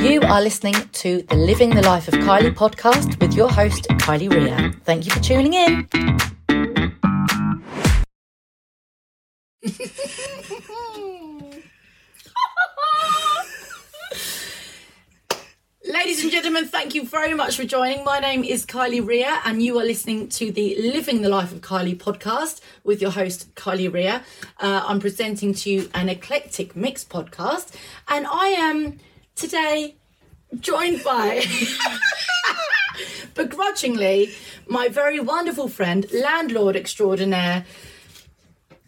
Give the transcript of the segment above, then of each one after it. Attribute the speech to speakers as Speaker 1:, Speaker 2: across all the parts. Speaker 1: You are listening to the Living the Life of Kylie podcast with your host, Kylie Ria. Thank you for tuning in. Ladies and gentlemen, thank you very much for joining. My name is Kylie Ria, and you are listening to the Living the Life of Kylie podcast with your host, Kylie Ria. Uh, I'm presenting to you an eclectic mix podcast, and I am today joined by, begrudgingly, my very wonderful friend, landlord extraordinaire,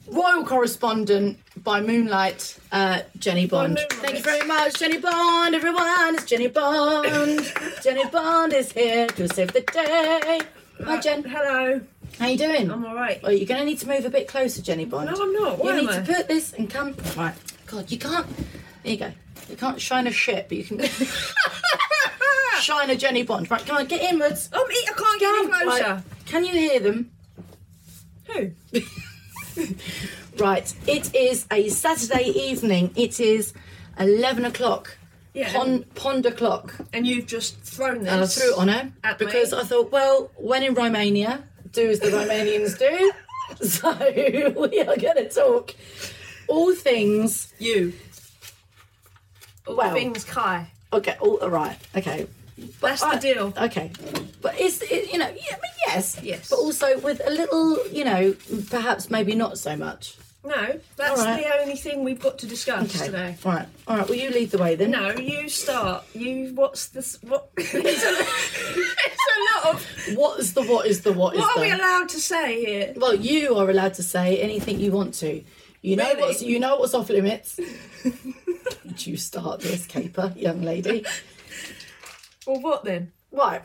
Speaker 1: royal correspondent by moonlight, uh, Jenny Bond. Thank you very much, Jenny Bond. Everyone, it's Jenny Bond. Jenny Bond is here to save the day. Hi, Jen.
Speaker 2: Hello.
Speaker 1: How you doing?
Speaker 2: I'm all right.
Speaker 1: Well, you're going to need to move a bit closer, Jenny Bond.
Speaker 2: No, I'm not.
Speaker 1: you
Speaker 2: Why
Speaker 1: need
Speaker 2: am
Speaker 1: to
Speaker 2: I?
Speaker 1: put this and come. Right. God, you can't. There you go. You can't shine a shit, but you can shine a Jenny Bond. Right, come on, get inwards.
Speaker 2: Oh, me, I can't get any
Speaker 1: Right,
Speaker 2: closer.
Speaker 1: Can you hear them?
Speaker 2: Who?
Speaker 1: Right, it is a Saturday evening. It is 11 o'clock.
Speaker 2: Yeah.
Speaker 1: Pon- pond o'clock.
Speaker 2: and you've just thrown this.
Speaker 1: And I threw it on her
Speaker 2: At me.
Speaker 1: because I thought, well, when in Romania, do as the Romanians do. So we are going to talk all things.
Speaker 2: you. All
Speaker 1: Well.
Speaker 2: things Kai.
Speaker 1: Okay, all, all right, okay.
Speaker 2: That's
Speaker 1: I-
Speaker 2: the deal.
Speaker 1: Okay, but it's it, you know yeah, I mean, yes,
Speaker 2: Yes.
Speaker 1: but also with a little you know perhaps maybe not so much.
Speaker 2: No, that's
Speaker 1: All right.
Speaker 2: the only thing we've got to discuss
Speaker 1: Okay,
Speaker 2: today.
Speaker 1: all right, all right. Will you lead the way then?
Speaker 2: No, you start. You what's this? What? it's, a, it's a lot of.
Speaker 1: What is the what is the what is
Speaker 2: What
Speaker 1: the?
Speaker 2: are we allowed to say here?
Speaker 1: Well, you are allowed to say anything you want to. You know
Speaker 2: Really?
Speaker 1: what's you know what's off limits. Don't you start this caper, young lady.
Speaker 2: Well, what then?
Speaker 1: Right.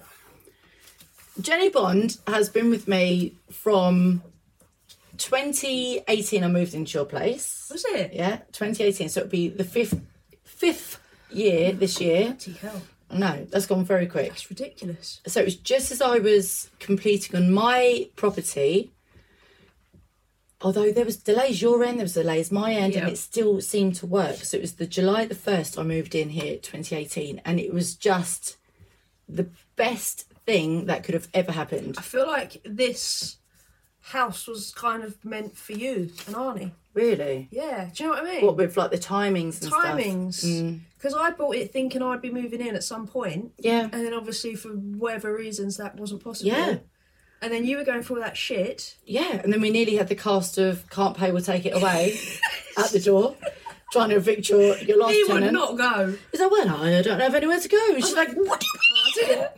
Speaker 1: Jenny Bond has been with me from 2018. I moved into your place.
Speaker 2: Was it?
Speaker 1: Yeah, 2018. So it'd be the fifth fifth year this year.
Speaker 2: Bloody hell!
Speaker 1: No, that's gone very quick.
Speaker 2: That's ridiculous.
Speaker 1: so it was just as I was completing on my property. Although there was delays your end, there was delays my end, and
Speaker 2: Yeah.
Speaker 1: it still seemed to work. So it was the July the first I moved in here, 2018, and it was just the best thing that could have ever happened.
Speaker 2: I feel like this house was kind of meant for you and Arnie.
Speaker 1: Really,
Speaker 2: Yeah, do you know what I mean?
Speaker 1: what with like the timings and
Speaker 2: timings
Speaker 1: stuff. Mm.
Speaker 2: because I bought it thinking I'd be moving in at some point,
Speaker 1: Yeah,
Speaker 2: and then obviously for whatever reasons that wasn't possible.
Speaker 1: Yeah.
Speaker 2: And then you were going through all that shit.
Speaker 1: yeah, and then we nearly had the cast of "Can't Pay, We'll Take It Away" at the door, trying to evict your your last
Speaker 2: He
Speaker 1: tenant.
Speaker 2: would not Oh, go.
Speaker 1: He's like, well, I don't have anywhere to go. She's like, what do you mean?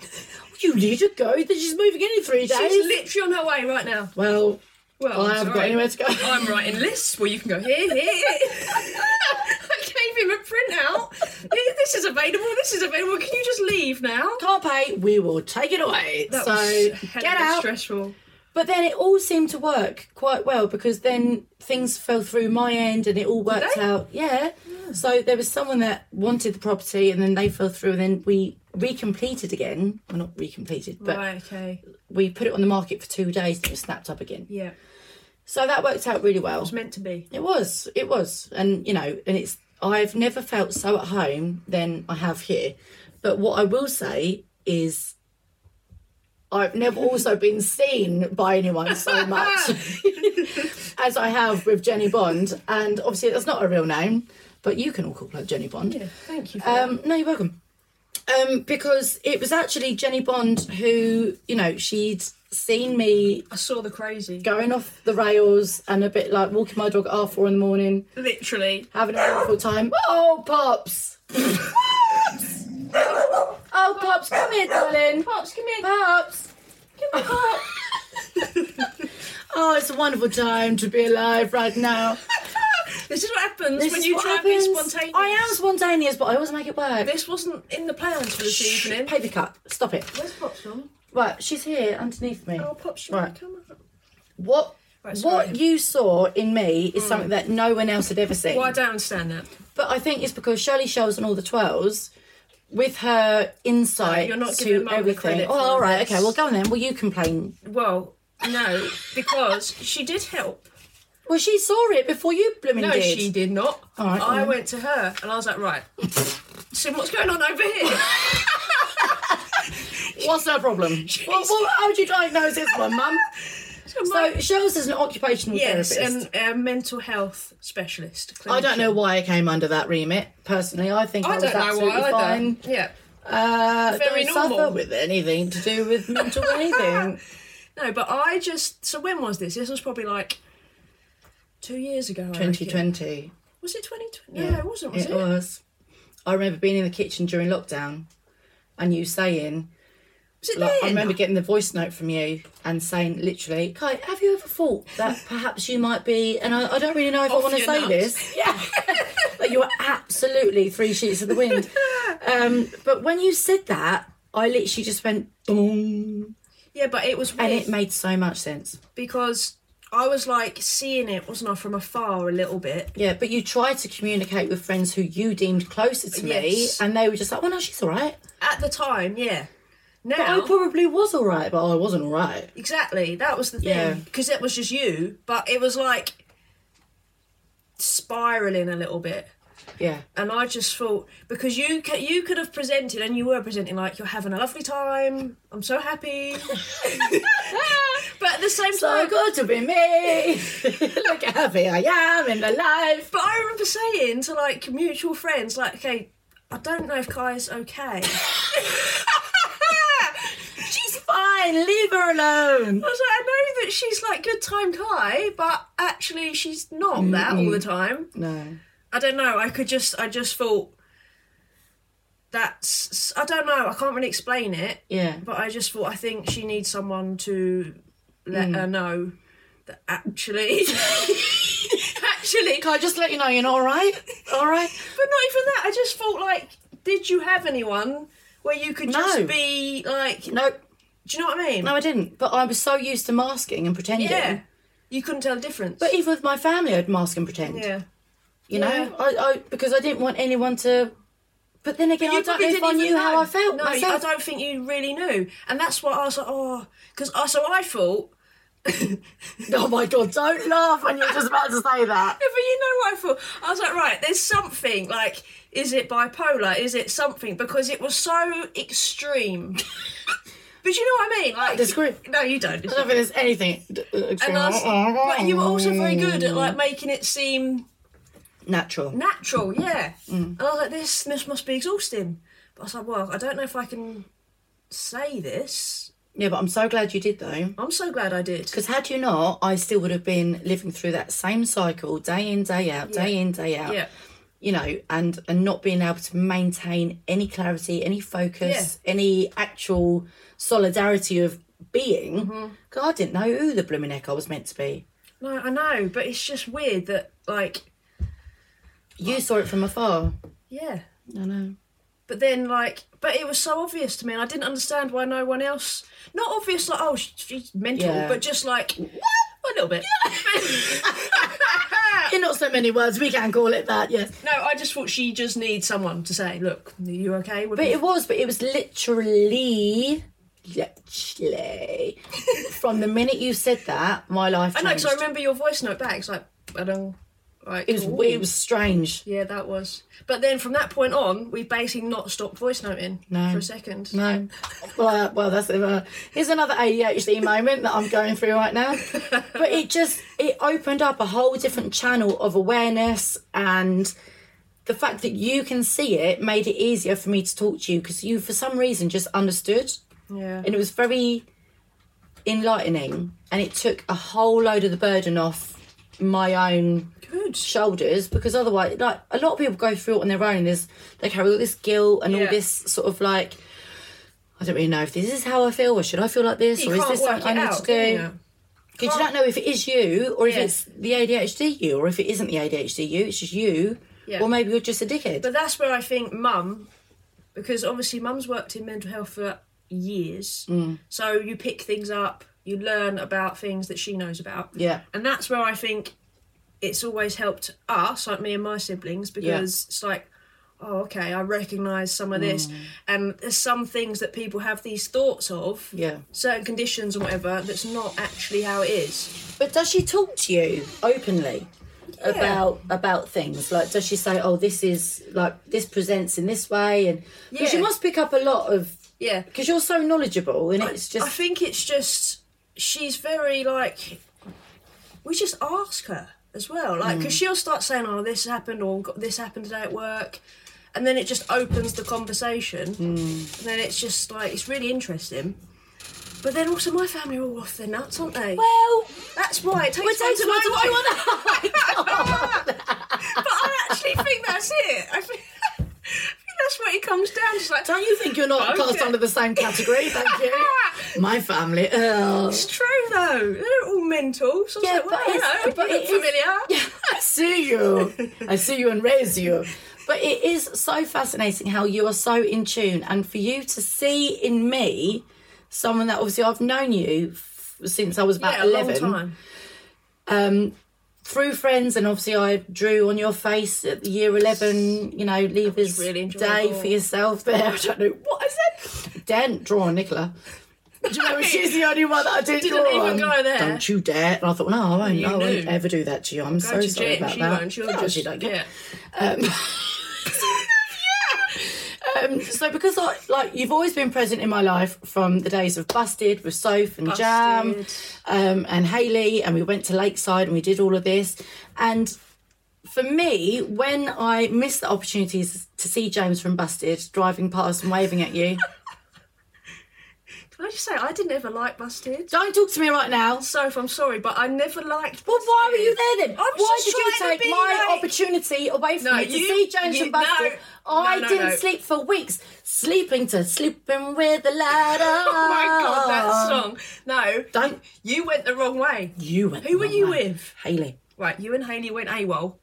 Speaker 1: You need to go. That She's moving in in three days.
Speaker 2: She's literally on her way right now.
Speaker 1: well,
Speaker 2: Well,
Speaker 1: I haven't got
Speaker 2: sorry.
Speaker 1: anywhere to go.
Speaker 2: I'm writing lists where you can go here, here. here. I gave him a printout. Here, This is available. This is available. Can you just leave now?
Speaker 1: Can't pay. We will take it away.
Speaker 2: That
Speaker 1: so
Speaker 2: was a hell
Speaker 1: get
Speaker 2: of a
Speaker 1: out.
Speaker 2: Stressful.
Speaker 1: But then it all seemed to work quite well because then things fell through my end and it all worked
Speaker 2: they? Hmm.
Speaker 1: out. Yeah. So there was someone that wanted the property and then they fell through and then we recompleted again. Well, not recompleted, but
Speaker 2: right. Okay.
Speaker 1: we put it on the market for two days and it was snapped up again.
Speaker 2: Yeah.
Speaker 1: So that worked out really well.
Speaker 2: It's meant to be.
Speaker 1: It was. It was. And you know, and it's I've never felt so at home than I have here. But what I will say is I've never also been seen by anyone so much
Speaker 2: Ah!
Speaker 1: as I have with Jenny Bond. And obviously that's not a real name, but you can all call her Jenny Bond.
Speaker 2: Yeah. Thank you. For that.
Speaker 1: Um, no, you're welcome. Um, because it was actually Jenny Bond who, you know, she'd seen me
Speaker 2: I saw the crazy.
Speaker 1: going off the rails and a bit like walking my dog at half four in the morning
Speaker 2: Literally.
Speaker 1: having an awful time. Oh, Pops! oh, Pops, come here, darling.
Speaker 2: Pops, come here.
Speaker 1: Pops! Come here, Pops. oh, it's a wonderful time to be alive right now.
Speaker 2: This is what happens
Speaker 1: This
Speaker 2: when
Speaker 1: is
Speaker 2: you
Speaker 1: what
Speaker 2: try and be
Speaker 1: happens.
Speaker 2: spontaneous.
Speaker 1: I am spontaneous, but I always make it work.
Speaker 2: This wasn't in the plans for this
Speaker 1: Shh,
Speaker 2: evening.
Speaker 1: Paper cut. Stop it.
Speaker 2: Where's Pop's mum?
Speaker 1: Right, she's here underneath me.
Speaker 2: Oh, Pop's
Speaker 1: Right.
Speaker 2: mum. Come on.
Speaker 1: What?
Speaker 2: Right, sorry. Hmm.
Speaker 1: What you saw in me is something that no one else had ever seen.
Speaker 2: Well, I don't understand that.
Speaker 1: But I think it's because Shirley Sholes and all the twirls, with her insight
Speaker 2: No, you're not
Speaker 1: to
Speaker 2: giving Mum the
Speaker 1: everything.
Speaker 2: credit
Speaker 1: Oh,
Speaker 2: for
Speaker 1: all right,
Speaker 2: this.
Speaker 1: okay. Well, go on then. Well, you complain.
Speaker 2: Well, no, because she did help.
Speaker 1: Well, she saw it before you blooming
Speaker 2: No,
Speaker 1: did.
Speaker 2: she did not.
Speaker 1: All right,
Speaker 2: I
Speaker 1: well.
Speaker 2: went to her and I was like, right, So what's going on over here?
Speaker 1: What's her problem? well, well, how would you diagnose this one, Mum? So Cheryl's is an occupational
Speaker 2: yes,
Speaker 1: therapist.
Speaker 2: and a mental health specialist.
Speaker 1: I don't know
Speaker 2: clinician.
Speaker 1: why I came under that remit. Personally, I think I,
Speaker 2: I
Speaker 1: was
Speaker 2: don't know
Speaker 1: absolutely
Speaker 2: why either.
Speaker 1: fine.
Speaker 2: Yeah.
Speaker 1: Uh,
Speaker 2: Very
Speaker 1: don't
Speaker 2: normal.
Speaker 1: suffer with anything to do with mental anything.
Speaker 2: No, but I just. So when was this? This was probably like two years ago. I reckon.
Speaker 1: 2020.
Speaker 2: Was it 2020? No, it wasn't, was it?
Speaker 1: It was. I remember being in the kitchen during lockdown, and you saying,
Speaker 2: Was it
Speaker 1: like, I
Speaker 2: then?
Speaker 1: remember getting the voice note from you and saying, literally, Kai, have you ever thought that perhaps you might be? And I, I don't really know if I
Speaker 2: Off
Speaker 1: want to
Speaker 2: your
Speaker 1: say
Speaker 2: nuts.
Speaker 1: this. Yeah, but you were absolutely three sheets of the wind. Um, but when you said that, I literally just went dong,
Speaker 2: Yeah, but it was
Speaker 1: and
Speaker 2: weird
Speaker 1: it made so much sense.
Speaker 2: because I was like seeing it, wasn't I, from afar a little bit.
Speaker 1: Yeah, but you tried to communicate with friends who you deemed closer to me,
Speaker 2: Yes.
Speaker 1: and they were just like, "Well, no, she's all right."
Speaker 2: At the time, yeah.
Speaker 1: I
Speaker 2: Now,
Speaker 1: probably was all right, but I wasn't all right.
Speaker 2: exactly. That was the
Speaker 1: Yeah.
Speaker 2: thing because it was just you, but it was like spiraling a little bit.
Speaker 1: Yeah.
Speaker 2: and I just thought because you ca- you could have presented and you were presenting like you're having a lovely time. I'm so happy, but at the same
Speaker 1: So
Speaker 2: time,
Speaker 1: good to be me. Look how happy I am in my life.
Speaker 2: but I remember saying to like mutual friends, like, okay, I don't know if Kai's okay.
Speaker 1: She's fine. Leave her alone.
Speaker 2: I was like, I know that she's like good time Kai, but actually she's not that all the time.
Speaker 1: No.
Speaker 2: I don't know. I could just, I just thought that's, I don't know. I can't really explain it.
Speaker 1: Yeah.
Speaker 2: But I just thought I think she needs someone to
Speaker 1: Mm.
Speaker 2: let her know that actually, actually,
Speaker 1: Can I just let you know you're not all right? All right.
Speaker 2: but not even that. I just felt like, did you have anyone where you could
Speaker 1: No.
Speaker 2: just be like, do
Speaker 1: No.
Speaker 2: you know what I mean?
Speaker 1: No, I didn't. But I was so used to masking and pretending.
Speaker 2: yeah, you couldn't tell the difference.
Speaker 1: But even with my family, I'd mask and pretend.
Speaker 2: yeah,
Speaker 1: You know,
Speaker 2: Yeah.
Speaker 1: I, I because I didn't want anyone to. But then again, I don't
Speaker 2: probably
Speaker 1: know if
Speaker 2: didn't
Speaker 1: I
Speaker 2: even
Speaker 1: knew how
Speaker 2: know.
Speaker 1: I felt
Speaker 2: No,
Speaker 1: myself.
Speaker 2: I don't think you really knew, and that's why I was like, oh, because I so I thought.
Speaker 1: Oh my god! Don't laugh when you're just about to say that.
Speaker 2: Yeah, but you know what I thought? I was like, right, there's something. Like, is it bipolar? Is it something? Because it was so extreme. but you know what I mean? Like,
Speaker 1: disagree.
Speaker 2: No, you don't.
Speaker 1: I don't think there's anything. d- uh, extreme.
Speaker 2: And I was- but you were also very good at like making it seem
Speaker 1: natural.
Speaker 2: natural. Yeah. And I was like, this this must be exhausting. But I was like, well, I don't know if I can say this.
Speaker 1: Yeah, but I'm so glad you did though.
Speaker 2: I'm so glad I did.
Speaker 1: Because had you not, I still would have been living through that same cycle day in, day out, day in, day out.
Speaker 2: Yeah.
Speaker 1: You know, and and not being able to maintain any clarity, any focus, any actual solidarity of being.
Speaker 2: Mm-hmm.
Speaker 1: God, I didn't know who the blooming heck I was meant to be.
Speaker 2: No, I know, but it's just weird that like,
Speaker 1: You saw it from afar.
Speaker 2: yeah.
Speaker 1: I know.
Speaker 2: But then, like, but it was so obvious to me, and I didn't understand why no one else. Not obvious, like, oh, sh- she's mental,
Speaker 1: Yeah.
Speaker 2: but just like, what? A little bit.
Speaker 1: In not so many words, we can call it that. Yes.
Speaker 2: no, I just thought she just needs someone to say, look, are you okay? With
Speaker 1: But it was, but it was literally, literally, from the minute you said that, my life
Speaker 2: I
Speaker 1: changed.
Speaker 2: know, because I remember your voice note back. It's like, I don't. Like,
Speaker 1: it was
Speaker 2: ooh.
Speaker 1: weird, it was strange.
Speaker 2: Yeah, that was. But then from that point on, we basically not stopped voice noting
Speaker 1: No.
Speaker 2: for a second.
Speaker 1: No, well, uh, well, that's uh, here's another ADHD moment that I'm going through right now. But it just it opened up a whole different channel of awareness, and the fact that you can see it made it easier for me to talk to you because you, for some reason, just understood.
Speaker 2: Yeah.
Speaker 1: and it was very enlightening and it took a whole load of the burden off my own
Speaker 2: Good.
Speaker 1: shoulders because otherwise like a lot of people go through it on their own there's they carry all this guilt and all
Speaker 2: Yeah.
Speaker 1: this sort of like I don't really know if this is how I feel or should I feel like this
Speaker 2: You
Speaker 1: or is
Speaker 2: can't
Speaker 1: this
Speaker 2: work
Speaker 1: something I
Speaker 2: it
Speaker 1: need
Speaker 2: out,
Speaker 1: to
Speaker 2: can
Speaker 1: do
Speaker 2: you?
Speaker 1: because you don't know if it is you or if
Speaker 2: Yeah.
Speaker 1: it's the ADHD you or if it isn't the ADHD you it's just you
Speaker 2: Yeah.
Speaker 1: or maybe you're just a dickhead
Speaker 2: But that's where I think mum, because obviously mum's worked in mental health for years,
Speaker 1: Mm.
Speaker 2: so you pick things up, you learn about things that she knows about.
Speaker 1: yeah
Speaker 2: And that's where I think it's always helped us, like me and my siblings, because it's like, oh, okay, I recognise some of
Speaker 1: Mm.
Speaker 2: this. And there's some things that people have these thoughts of,
Speaker 1: yeah
Speaker 2: certain conditions or whatever, that's not actually how it is.
Speaker 1: but does she talk to you openly about about things? Like, does she say, "Oh, this is like this presents in this way," and because you
Speaker 2: Yeah.
Speaker 1: must pick up a lot of
Speaker 2: Yeah.
Speaker 1: because you're so knowledgeable, and it's
Speaker 2: I
Speaker 1: just
Speaker 2: think it's just she's very like we just ask her as well,
Speaker 1: Hmm.
Speaker 2: like because she'll start saying, "Oh, this happened," or "Got- "This happened today at work," and then it just opens the conversation,
Speaker 1: Hmm.
Speaker 2: and then it's just like it's really interesting. But then also, my family are all off their nuts, aren't they?
Speaker 1: well,
Speaker 2: That's why it
Speaker 1: it
Speaker 2: takes
Speaker 1: takes
Speaker 2: to
Speaker 1: one to
Speaker 2: know
Speaker 1: know
Speaker 2: but I actually think that's it. I think, I think that's what it comes down to. It's like,
Speaker 1: Don't you think you're not cast
Speaker 2: Okay.
Speaker 1: under the same category? Thank you. My family. Oh.
Speaker 2: It's true though. They're all mental. So
Speaker 1: Yeah,
Speaker 2: yeah, like, well,
Speaker 1: but
Speaker 2: you
Speaker 1: it's-
Speaker 2: know,
Speaker 1: but
Speaker 2: you look
Speaker 1: it is-
Speaker 2: familiar.
Speaker 1: I see you. I see you and raise you. But it is so fascinating how you are so in tune, and for you to see in me someone that obviously I've known you f- since I was about
Speaker 2: Yeah, a
Speaker 1: eleven.
Speaker 2: long time.
Speaker 1: um, through friends, and obviously I drew on your face at the year 11, you know, Leavers
Speaker 2: really
Speaker 1: Day
Speaker 2: enjoyable.
Speaker 1: for yourself there. I don't know what I said. Don't draw on Nicola. Do you know, she's the only one that I did
Speaker 2: Didn't
Speaker 1: draw
Speaker 2: even
Speaker 1: on.
Speaker 2: go there.
Speaker 1: Don't you dare. And I thought, no, I won't, I won't
Speaker 2: knew.
Speaker 1: ever do that to you. I'm so
Speaker 2: Go to
Speaker 1: sorry
Speaker 2: gym,
Speaker 1: about
Speaker 2: she
Speaker 1: that.
Speaker 2: won't. She'll
Speaker 1: No,
Speaker 2: just,
Speaker 1: she don't care.
Speaker 2: yeah.
Speaker 1: Um, so because I like you've always been present in my life from the days of Busted with Soph and Jam
Speaker 2: Busted.
Speaker 1: um, and Haley, and we went to Lakeside and we did all of this. And for me, when I missed the opportunities to see James from Busted driving past and waving at you,
Speaker 2: Can I just say, I didn't ever like Busted.
Speaker 1: don't talk to me right now.
Speaker 2: So if I'm sorry, but I never liked.
Speaker 1: Well, why were you
Speaker 2: Busted.
Speaker 1: there then?
Speaker 2: I was
Speaker 1: why
Speaker 2: just
Speaker 1: did you
Speaker 2: trying to
Speaker 1: take
Speaker 2: be
Speaker 1: my
Speaker 2: like-
Speaker 1: opportunity away from
Speaker 2: No,
Speaker 1: me to
Speaker 2: you-
Speaker 1: see James
Speaker 2: you-
Speaker 1: and Busted?
Speaker 2: no.
Speaker 1: I
Speaker 2: No, no,
Speaker 1: didn't
Speaker 2: no.
Speaker 1: sleep for weeks, sleeping to sleeping with the light on.
Speaker 2: Oh my god, that song. No,
Speaker 1: Don't
Speaker 2: you went the wrong way.
Speaker 1: you? Went
Speaker 2: Who were
Speaker 1: the wrong
Speaker 2: you
Speaker 1: way.
Speaker 2: with?
Speaker 1: Haley.
Speaker 2: Right, you and Haley went AWOL,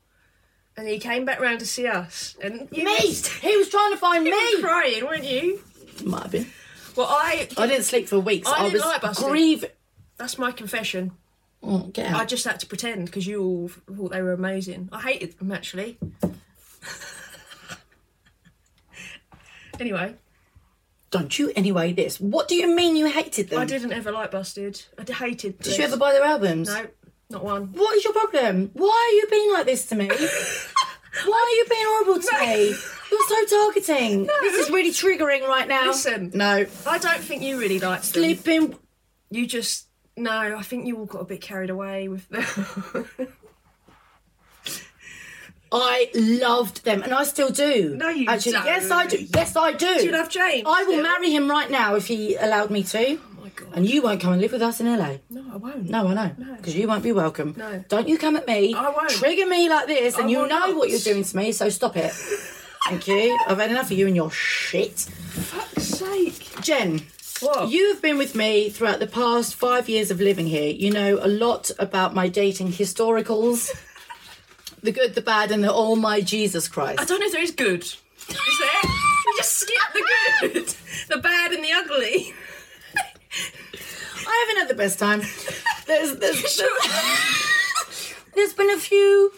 Speaker 2: and he came back round to see us, and you
Speaker 1: Me.
Speaker 2: missed.
Speaker 1: He was trying to find
Speaker 2: You were
Speaker 1: me.
Speaker 2: crying, weren't you?
Speaker 1: Might have been.
Speaker 2: Well, I.
Speaker 1: I didn't sleep for weeks.
Speaker 2: I
Speaker 1: I,
Speaker 2: didn't
Speaker 1: was
Speaker 2: like Busted.
Speaker 1: grieving.
Speaker 2: That's my confession.
Speaker 1: Oh, get
Speaker 2: I
Speaker 1: out.
Speaker 2: just had to pretend because you all thought they were amazing. I hated them actually. anyway,
Speaker 1: Don't you anyway this. What do you mean you hated them?
Speaker 2: I didn't ever like Busted. I d- hated.
Speaker 1: Did you ever buy their albums?
Speaker 2: No, not one.
Speaker 1: What is your problem? Why are you being like this to me? Why are you being horrible to me? You're so targeting. This is really triggering right now.
Speaker 2: Listen.
Speaker 1: No.
Speaker 2: I don't think you really liked them.
Speaker 1: Sleeping.
Speaker 2: You just no. I think you all got a bit carried away with them.
Speaker 1: I loved them, and I still do.
Speaker 2: No, you
Speaker 1: Actually,
Speaker 2: don't.
Speaker 1: yes, I do. Yes, I do.
Speaker 2: you love James?
Speaker 1: I will
Speaker 2: still?
Speaker 1: marry him right now if he allowed me to.
Speaker 2: Oh my god.
Speaker 1: And you won't come and live with us in LA.
Speaker 2: No, I won't.
Speaker 1: No, I know. Because you won't be welcome.
Speaker 2: No.
Speaker 1: Don't you come at me.
Speaker 2: I won't.
Speaker 1: Trigger me like this, and
Speaker 2: I
Speaker 1: you know
Speaker 2: will not.
Speaker 1: what you're doing to me, so stop it. Thank you. I've had enough of you and your shit.
Speaker 2: Fuck's sake.
Speaker 1: Jen,
Speaker 2: What?
Speaker 1: you have been with me throughout the past five years of living here. You know a lot about my dating historicals the good, the bad, and the oh my Jesus
Speaker 2: I
Speaker 1: Christ.
Speaker 2: don't know if there is good. Is there? we just skip the good, the bad, and the ugly.
Speaker 1: I haven't had the best time. There's, there's,
Speaker 2: Sure.
Speaker 1: there's been a few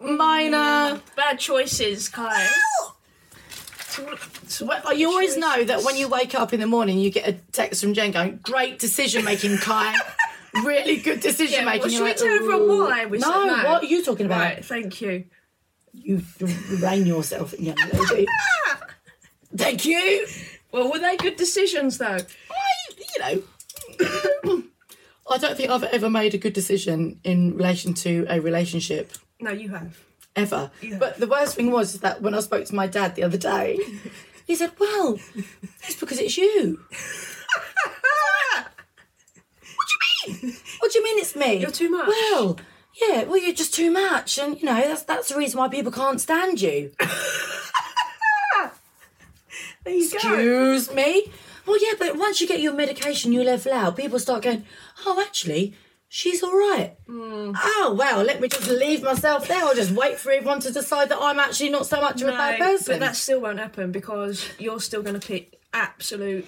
Speaker 1: minor.
Speaker 2: Bad choices, Kai.
Speaker 1: Well, you always know that when you wake up in the morning, you get a text from Jen going, "Great decision making, Kai. really good decision
Speaker 2: Yeah,
Speaker 1: making."
Speaker 2: well, should
Speaker 1: You're
Speaker 2: we
Speaker 1: like,
Speaker 2: tell everyone
Speaker 1: "Ooh."
Speaker 2: why we
Speaker 1: no,
Speaker 2: said no?
Speaker 1: what are you talking about?
Speaker 2: Right, thank you.
Speaker 1: You rein yourself, young lady. Thank you.
Speaker 2: Well, were they good decisions though?
Speaker 1: I, you know, I don't think I've ever made a good decision in relation to a relationship.
Speaker 2: No, you have.
Speaker 1: ever. But the worst thing was that when I spoke to my dad the other day, he said, Well, it's because it's you. what do you mean? What do you mean it's me?
Speaker 2: You're too much.
Speaker 1: Well, yeah, well, you're just too much. And, you know, that's, that's the reason why people can't stand you.
Speaker 2: There you go.
Speaker 1: Excuse me? Well, yeah, but once you get your medication, you level out. People start going, oh, actually, she's all right.
Speaker 2: Mm.
Speaker 1: Oh, well, let me just leave myself there. I'll just wait for everyone to decide that I'm actually not so much of a bad
Speaker 2: No,
Speaker 1: person.
Speaker 2: but that still won't happen because you're still going to pick absolute.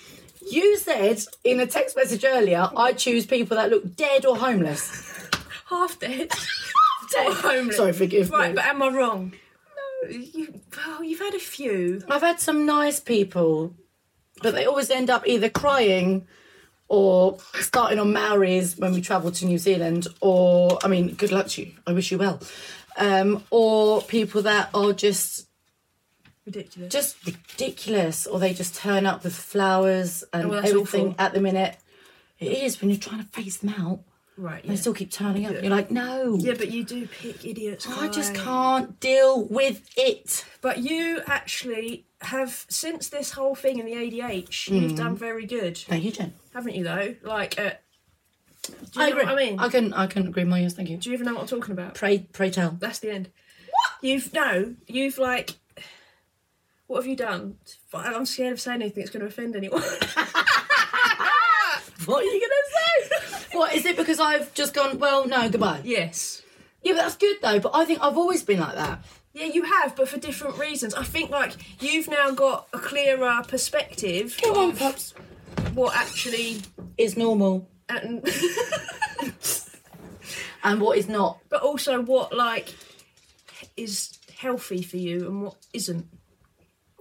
Speaker 1: You said in a text message earlier, I choose people that look dead or homeless.
Speaker 2: half dead.
Speaker 1: Dead.
Speaker 2: homeless.
Speaker 1: Sorry, forgive
Speaker 2: right,
Speaker 1: me.
Speaker 2: but am I wrong? No, you. Well, you've had a few.
Speaker 1: I've had some nice people, but they always end up either crying or starting on Maoris when we travel to New Zealand, or, I mean, good luck to you. I wish you well. um, or people that are just
Speaker 2: Ridiculous.
Speaker 1: just ridiculous, or they just turn up with flowers and
Speaker 2: well, Oh, that's
Speaker 1: everything
Speaker 2: awful.
Speaker 1: at the minute. It is when you're trying to phase them out.
Speaker 2: right.
Speaker 1: They
Speaker 2: Yeah.
Speaker 1: still keep turning up. You're like, no,
Speaker 2: yeah, but you do pick idiots.
Speaker 1: I just
Speaker 2: Kai.
Speaker 1: can't deal with it.
Speaker 2: But you actually have since this whole thing in the ADH,
Speaker 1: Hmm.
Speaker 2: you've done very good,
Speaker 1: Thank you, Jen.
Speaker 2: haven't you? Though, like, uh, do you
Speaker 1: I
Speaker 2: know
Speaker 1: agree.
Speaker 2: what I mean?
Speaker 1: I can I can agree more. Yes, thank you.
Speaker 2: do you even know what I'm talking about?
Speaker 1: Pray pray tell.
Speaker 2: That's the end. What? You've no. You've like. What have you done? But I'm scared of saying anything that's going to offend anyone.
Speaker 1: What are you gonna say? what is it? Because I've just gone. Well, no, goodbye.
Speaker 2: yes.
Speaker 1: Yeah, but that's good though. But I think I've always been like that.
Speaker 2: Yeah, you have, but for different reasons. I think like you've now got a clearer perspective
Speaker 1: Come on,
Speaker 2: of
Speaker 1: pups.
Speaker 2: what actually
Speaker 1: Is normal
Speaker 2: and
Speaker 1: and what is not.
Speaker 2: but also what like is healthy for you and what isn't.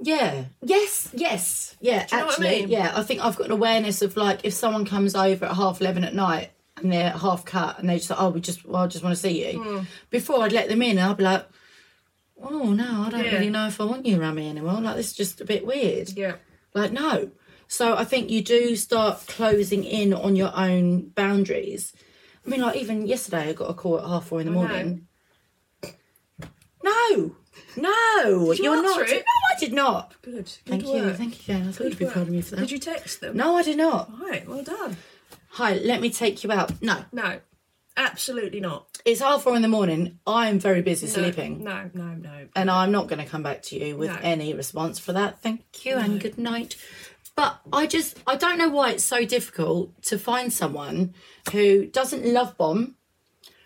Speaker 1: Yeah. Yes. Yes. Yeah.
Speaker 2: you know what I
Speaker 1: actually,
Speaker 2: mean?
Speaker 1: yeah. I think I've got an awareness of like if someone comes over at half eleven at night and they're half cut and they just like, oh, we just, well, I just want to see you.
Speaker 2: Hmm.
Speaker 1: Before I'd let them in, I'd be like, oh no, I don't
Speaker 2: Yeah.
Speaker 1: really know if I want you around me anymore. Like this is just a bit weird.
Speaker 2: Yeah.
Speaker 1: Like no. So I think you do start closing in on your own boundaries. I mean, like even yesterday, I got a call at half four in the
Speaker 2: know.
Speaker 1: morning. No, no,
Speaker 2: you
Speaker 1: you're
Speaker 2: answer
Speaker 1: not.
Speaker 2: it?
Speaker 1: No, I did not.
Speaker 2: Good. Good
Speaker 1: Thank
Speaker 2: work.
Speaker 1: you, thank you, Jane. I thought you'd be
Speaker 2: work.
Speaker 1: proud of me for that.
Speaker 2: Did you text them?
Speaker 1: No, I did not.
Speaker 2: Right, well done.
Speaker 1: Hi, let me take you out. No,
Speaker 2: No. Absolutely not.
Speaker 1: it's half four in the morning. I'm very busy
Speaker 2: No,
Speaker 1: sleeping,
Speaker 2: No, no, no.
Speaker 1: and I'm not going to come back to you with
Speaker 2: No.
Speaker 1: any response for that. Thank you and good night. But I just I don't know why it's so difficult to find someone who doesn't love bomb.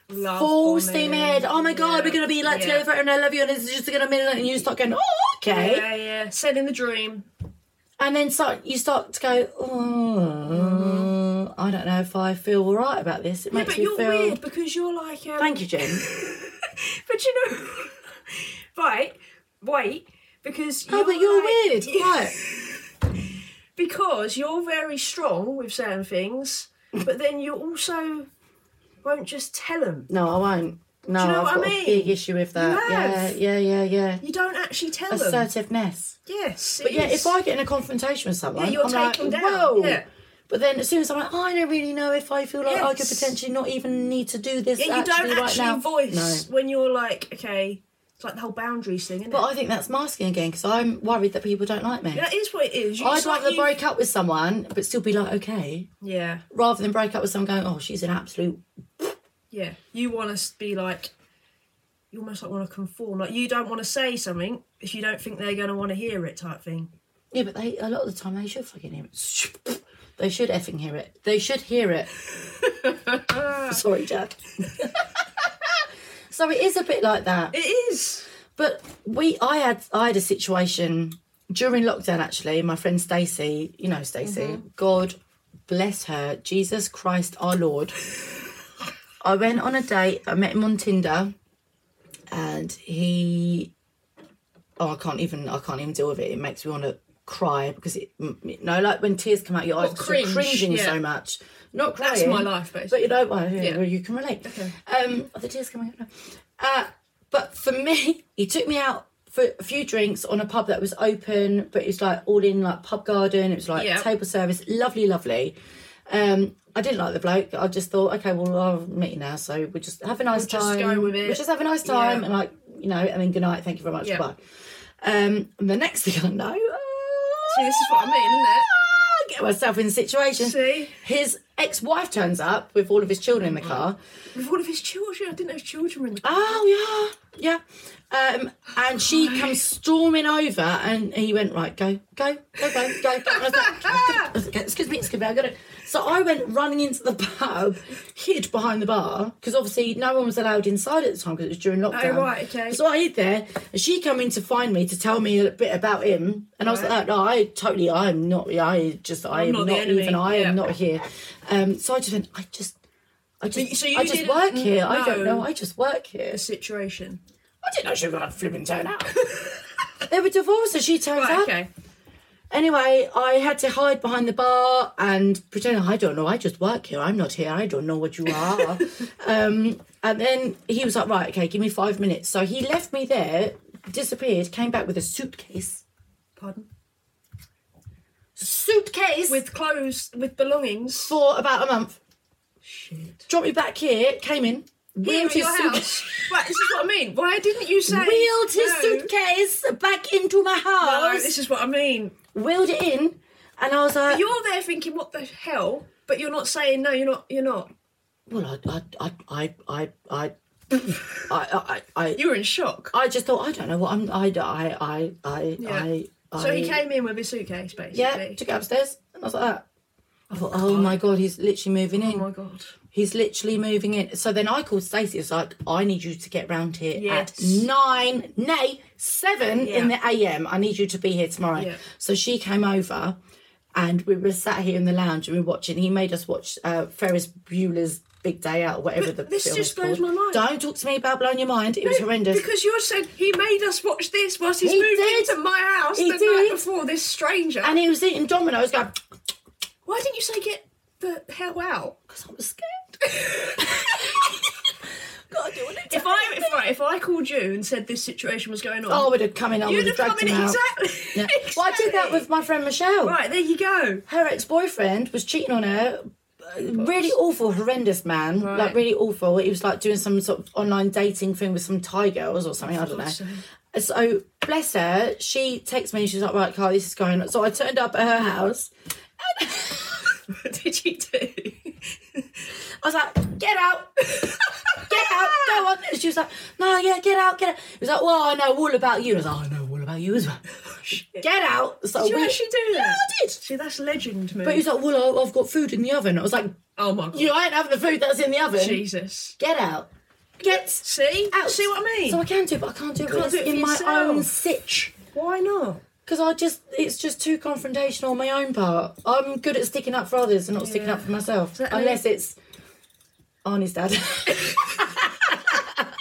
Speaker 2: Love
Speaker 1: Full
Speaker 2: bombing.
Speaker 1: steam ahead. Oh my god,
Speaker 2: Yeah,
Speaker 1: we're gonna be like
Speaker 2: yeah.
Speaker 1: together and I love you and it's just gonna be like and you start going, Oh, okay.
Speaker 2: Yeah, yeah. Send in the dream.
Speaker 1: and then start you start to go, oh, I don't know if I feel all right about this. It
Speaker 2: Yeah,
Speaker 1: makes
Speaker 2: but
Speaker 1: me
Speaker 2: you're
Speaker 1: feel.
Speaker 2: weird because you're like. Um,
Speaker 1: Thank you, Jen.
Speaker 2: But you know, right? Wait, because
Speaker 1: oh, but you're
Speaker 2: like-
Speaker 1: weird. Right.
Speaker 2: because you're very strong with certain things, but then you also won't just tell them.
Speaker 1: No, I won't. No,
Speaker 2: know
Speaker 1: I've
Speaker 2: what I
Speaker 1: got a
Speaker 2: mean?
Speaker 1: big issue with that.
Speaker 2: You have.
Speaker 1: Yeah, yeah, yeah, yeah.
Speaker 2: You don't actually tell them.
Speaker 1: Assertiveness.
Speaker 2: Yes,
Speaker 1: But yeah, if I get in a confrontation with someone,
Speaker 2: yeah, you're
Speaker 1: I'm
Speaker 2: taken
Speaker 1: like,
Speaker 2: down.
Speaker 1: whoa.
Speaker 2: Yeah.
Speaker 1: But then as soon as I'm like, I don't really know if I feel like I could
Speaker 2: Yes.
Speaker 1: potentially not even need to do this.
Speaker 2: Yeah, you
Speaker 1: actually
Speaker 2: don't
Speaker 1: right
Speaker 2: actually
Speaker 1: now. No.
Speaker 2: voice when you're like, okay, it's like the whole boundaries thing, isn't
Speaker 1: But
Speaker 2: it?
Speaker 1: I think that's masking again because I'm worried that people don't like me.
Speaker 2: That is what it is. You-
Speaker 1: I'd
Speaker 2: it's like
Speaker 1: rather
Speaker 2: you-
Speaker 1: break up with someone but still be like, okay,
Speaker 2: Yeah,
Speaker 1: rather than break up with someone going, oh, she's an absolute.
Speaker 2: yeah. You want to be like, you almost like want to conform. Like you don't want to say something if you don't think they're going to want to hear it, type thing.
Speaker 1: Yeah, but they a lot of the time they should fucking hear it. They should effing hear it. They should hear it. Sorry, Dad. so it is a bit like that.
Speaker 2: It is.
Speaker 1: But we, I had, I had a situation during lockdown. Actually, my friend Stacey, you know Stacey,
Speaker 2: Mm-hmm.
Speaker 1: God bless her, Jesus Christ, our Lord. I went on a date. I met him on Tinder, and he. Oh, I can't even. I can't even deal with it. It makes me want to cry because it. m- You know, like when tears come out your eyes,
Speaker 2: What,
Speaker 1: 'cause you're
Speaker 2: cringe?
Speaker 1: cringing
Speaker 2: Yeah.
Speaker 1: so much. Not crying.
Speaker 2: That's my life,
Speaker 1: But
Speaker 2: basically.
Speaker 1: you know, well, yeah,
Speaker 2: Yeah.
Speaker 1: well, you can relate. Um, are the tears coming out? now? Uh, but for me, he took me out for a few drinks on a pub that was open, but it was like all in like pub garden. It was like
Speaker 2: Yeah.
Speaker 1: table service, lovely, lovely. Um, I didn't like the bloke. I just thought, okay, well, I'll meet you now, so we'll just have a nice
Speaker 2: We'll just
Speaker 1: time.
Speaker 2: go with it.
Speaker 1: We'll just have a nice time,
Speaker 2: Yeah.
Speaker 1: and like you know, and then good night. Thank you very much.
Speaker 2: Yeah.
Speaker 1: Bye. Um, and the next thing I know,
Speaker 2: See, this is what I mean, isn't it?
Speaker 1: I get myself in a situation.
Speaker 2: See? Oh
Speaker 1: His ex-wife turns up with all of his children in the car.
Speaker 2: With all of his children, I didn't know his children were in the
Speaker 1: Oh yeah, yeah. Um, and she comes storming over, and he went right, go, go, go, go, go. go. And I was like, I was like, excuse me, excuse me, I got it. So I went running into the pub, hid behind the bar because obviously no one was allowed inside at the time because it was during lockdown.
Speaker 2: Oh, right, okay.
Speaker 1: So I hid there, and she came in to find me to tell me a bit about him, and I was
Speaker 2: Right.
Speaker 1: like, no, I totally, I'm not, I just, I am
Speaker 2: not
Speaker 1: not,
Speaker 2: the enemy,
Speaker 1: even, I
Speaker 2: yeah.
Speaker 1: am not here. Um, so I just went, I just. I
Speaker 2: you-
Speaker 1: just,
Speaker 2: so you
Speaker 1: I just
Speaker 2: didn't Mm,
Speaker 1: work here. I don't
Speaker 2: know-
Speaker 1: know. I just work here.
Speaker 2: situation.
Speaker 1: I didn't know she was going to flipping turn out. they were divorced, and she turns
Speaker 2: Right,
Speaker 1: out.
Speaker 2: okay.
Speaker 1: Anyway, I had to hide behind the bar and pretend I don't know. I just work here. I'm not here. I don't know what you are. um, And then he was like, right, okay, give me five minutes. So he left me there, disappeared, came back with a suitcase.
Speaker 2: Pardon.
Speaker 1: Suitcase
Speaker 2: With clothes, with belongings.
Speaker 1: for about a month.
Speaker 2: Shit.
Speaker 1: Dropped me back here, came in,
Speaker 2: Here
Speaker 1: wheeled
Speaker 2: at
Speaker 1: his,
Speaker 2: your
Speaker 1: suit-
Speaker 2: house. right, this is what I mean. Why didn't you say?
Speaker 1: wheeled his
Speaker 2: No.
Speaker 1: suitcase back into my
Speaker 2: No,
Speaker 1: house,
Speaker 2: this is what I mean.
Speaker 1: wheeled it in, and I was like,
Speaker 2: You're there thinking, what the hell? But you're not saying no. You're not. You're not.
Speaker 1: well, I, I, I, I, I, I, I, I, I,
Speaker 2: You were in shock.
Speaker 1: I just thought, I don't know what I'm, I, I, I, I,
Speaker 2: Yeah.
Speaker 1: I, I.
Speaker 2: So he came in with his suitcase, basically.
Speaker 1: Yeah, took it upstairs, and I was like that. I thought, oh my god, he's literally moving
Speaker 2: Oh
Speaker 1: in.
Speaker 2: my god.
Speaker 1: He's literally moving in. So then I called Stacey. It's like, I need you to get round here
Speaker 2: Yes.
Speaker 1: at nine, nay, seven in
Speaker 2: Yeah.
Speaker 1: the AM. I need you to be here tomorrow.
Speaker 2: Yeah.
Speaker 1: So she came over and we were sat here in the lounge and we were watching. He made us watch uh, Ferris Bueller's Big Day Out, whatever
Speaker 2: But
Speaker 1: the
Speaker 2: this
Speaker 1: film
Speaker 2: just
Speaker 1: is called.
Speaker 2: blows my mind.
Speaker 1: Don't talk to me about blowing your mind. It was horrendous.
Speaker 2: Because you said he made us watch this whilst he's
Speaker 1: He
Speaker 2: moved
Speaker 1: did.
Speaker 2: into my house
Speaker 1: He
Speaker 2: the
Speaker 1: did.
Speaker 2: night before. This stranger.
Speaker 1: and he was eating Domino's going,
Speaker 2: Why didn't you say get the hell out?
Speaker 1: because I was scared. God, you want to
Speaker 2: If I if I, if I called you and said this situation was going on,
Speaker 1: Oh, I would have come in. I would
Speaker 2: you'd
Speaker 1: have
Speaker 2: have
Speaker 1: dragged
Speaker 2: come in
Speaker 1: him out.
Speaker 2: exactly.
Speaker 1: Yeah. Well, I did that
Speaker 2: exactly.
Speaker 1: with my friend Michelle.
Speaker 2: Right there you go.
Speaker 1: Her ex-boyfriend was cheating on her. uh, Really awful, horrendous man. Like really awful. He was like doing some sort of online dating thing with some Thai girls or something. I don't know.
Speaker 2: God's
Speaker 1: So bless her. She texts me and she's like, "Right, Carl, this is going." on." So I turned up at her house.
Speaker 2: What did you do?
Speaker 1: I was like, "Get out, get out, go on." And she was like, "No, yeah, get out, get out." He was like, "Well, I know all about you." I was like, "I know all about you as well." Get out. So
Speaker 2: Did you
Speaker 1: we.
Speaker 2: actually do that?
Speaker 1: Yeah, I did.
Speaker 2: See, that's legend, man.
Speaker 1: But he was like, "Well, I- I've got food in the oven." I was like,
Speaker 2: oh my god,
Speaker 1: You ain't having the food that's in the oven.
Speaker 2: Jesus.
Speaker 1: Get out. Get
Speaker 2: See,
Speaker 1: out.
Speaker 2: see what I mean?
Speaker 1: So I can do it, but I can't do it, when it's
Speaker 2: Can't do it for
Speaker 1: in my
Speaker 2: yourself.
Speaker 1: own sitch.
Speaker 2: Why not?
Speaker 1: Because I just, it's just too confrontational on my own part. I'm good at sticking up for others and not sticking
Speaker 2: Yeah.
Speaker 1: up for myself.
Speaker 2: that
Speaker 1: Unless it's Arnie's dad.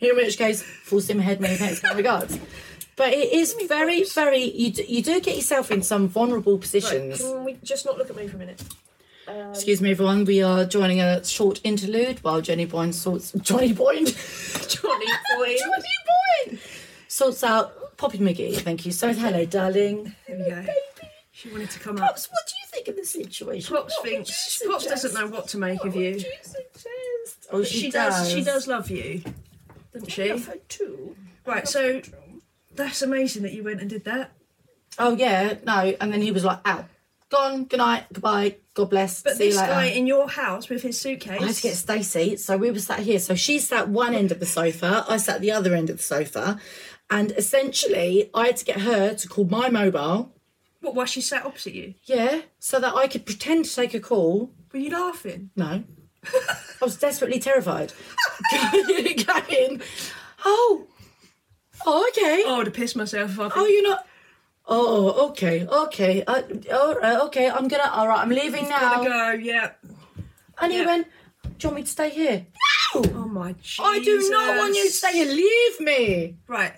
Speaker 1: in which case, full sim ahead, many thanks, my regards. But it is very, very, you do, you do get yourself in some vulnerable positions.
Speaker 2: Can we just not look at me for a minute?
Speaker 1: Excuse me, everyone. We are joining a short interlude while Jenny Boyne sorts Johnny Boyne,
Speaker 2: Johnny boy.
Speaker 1: Johnny Boyne sorts out Poppy McGee. Thank you. So hello, darling.
Speaker 2: There we go. She wanted to come up.
Speaker 1: Pops, what do you think of the situation?
Speaker 2: Pops
Speaker 1: What would
Speaker 2: thinks
Speaker 1: you
Speaker 2: Pops
Speaker 1: suggest?
Speaker 2: doesn't know what to make
Speaker 1: What
Speaker 2: of
Speaker 1: would
Speaker 2: you.
Speaker 1: suggest? Oh, she,
Speaker 2: She, does. She does love you, doesn't
Speaker 1: I
Speaker 2: she?
Speaker 1: love her too.
Speaker 2: Right. So that's amazing that you went and did that.
Speaker 1: Oh yeah, no. And then he was like, out, gone, good night, goodbye, God bless.
Speaker 2: But
Speaker 1: see
Speaker 2: this
Speaker 1: you later.
Speaker 2: guy in your house with his
Speaker 1: I had to
Speaker 2: suitcase.
Speaker 1: get Stacey, so we were sat here. So she sat one end of the sofa, I sat the other end of the sofa, and essentially I had to get her to call my mobile,
Speaker 2: What? Why she sat opposite you?
Speaker 1: yeah, so that I could pretend to take a call.
Speaker 2: Were you laughing?
Speaker 1: No, I was desperately terrified. Going, oh, oh, okay.
Speaker 2: Oh, I would have pissed myself if I.
Speaker 1: Oh, you're not. Oh, okay, okay, uh, all right, okay. I'm gonna. All right, I'm leaving now.
Speaker 2: gotta go. Yeah.
Speaker 1: And he
Speaker 2: Yeah.
Speaker 1: went, "Do you want me to stay here?"
Speaker 2: Oh my. Jesus.
Speaker 1: I do not want you to stay here. Leave me.
Speaker 2: Right.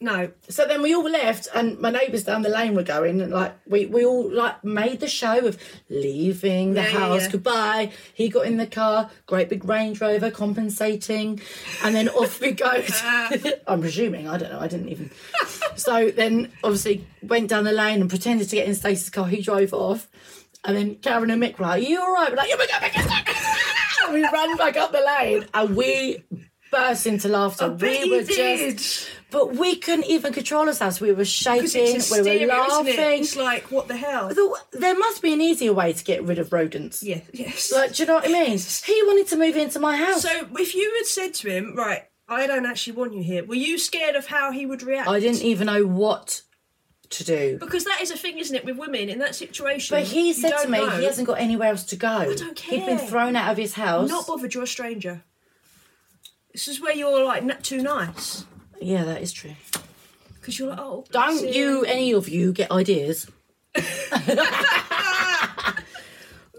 Speaker 2: No.
Speaker 1: So then we all left, and my neighbours down the lane were going, and like we, we all like made the show of leaving the
Speaker 2: Yeah, yeah,
Speaker 1: house,
Speaker 2: yeah.
Speaker 1: goodbye. He got in the car, great big Range Rover, compensating, and then off we go. I'm presuming, I don't know, I didn't even. so then obviously went down the lane and pretended to get in Stacey's car. He drove off, and then Karen and Mick were like, "Are you all right?" We're like, "Yeah, we go back." inside." And we ran back up the lane, and we. Burst into laughter.
Speaker 2: But
Speaker 1: we
Speaker 2: you
Speaker 1: were just
Speaker 2: did.
Speaker 1: but we couldn't even control ourselves. We were
Speaker 2: Because
Speaker 1: shaking,
Speaker 2: it's
Speaker 1: we
Speaker 2: hysteria,
Speaker 1: were
Speaker 2: isn't it?
Speaker 1: laughing.
Speaker 2: It's like what the hell?
Speaker 1: The- There must be an easier way to get rid of rodents.
Speaker 2: Yeah. Yes.
Speaker 1: Like, do you know what I mean? He wanted to move into my house.
Speaker 2: So if you had said to him, right, I don't actually want you here, were you scared of how he would react?
Speaker 1: I didn't e- even know what to do.
Speaker 2: Because that is a thing, isn't it, with women in that situation?
Speaker 1: But he
Speaker 2: you
Speaker 1: said to
Speaker 2: don't
Speaker 1: me
Speaker 2: know.
Speaker 1: he hasn't got anywhere else to go. I
Speaker 2: don't
Speaker 1: He'd been
Speaker 2: care.
Speaker 1: thrown out of his house.
Speaker 2: not bothered. You're a stranger. This is where you're like not too nice
Speaker 1: yeah, that is true.
Speaker 2: because you're like, oh,
Speaker 1: Don't
Speaker 2: see,
Speaker 1: you, any of you, get ideas.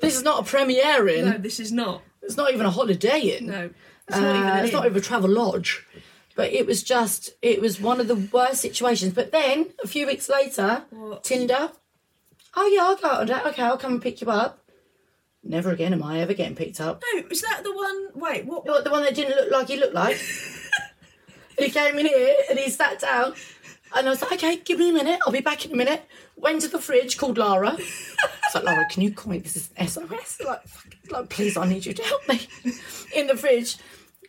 Speaker 1: this is not a premiere in.
Speaker 2: No, this is not.
Speaker 1: It's not even a holiday in.
Speaker 2: No, it's
Speaker 1: Uh,
Speaker 2: not even.
Speaker 1: it's
Speaker 2: it.
Speaker 1: not even a travel lodge. But it was just, it was one of the worst situations. But then a few weeks later,
Speaker 2: What?
Speaker 1: Tinder. Oh yeah, I'll go out on that. Okay, I'll come and pick you up. Never again am I ever getting picked up.
Speaker 2: No, is that the one? Wait, what?
Speaker 1: You know what, the one that didn't look like he looked like. he came in here and he sat down, and I was like, "Okay, give me a minute. I'll be back in a minute." Went to the fridge, called Lara. It's like, "Lara, can you call me? This is an SOS. Like, fucking- like, please, I need you to help me." In the fridge,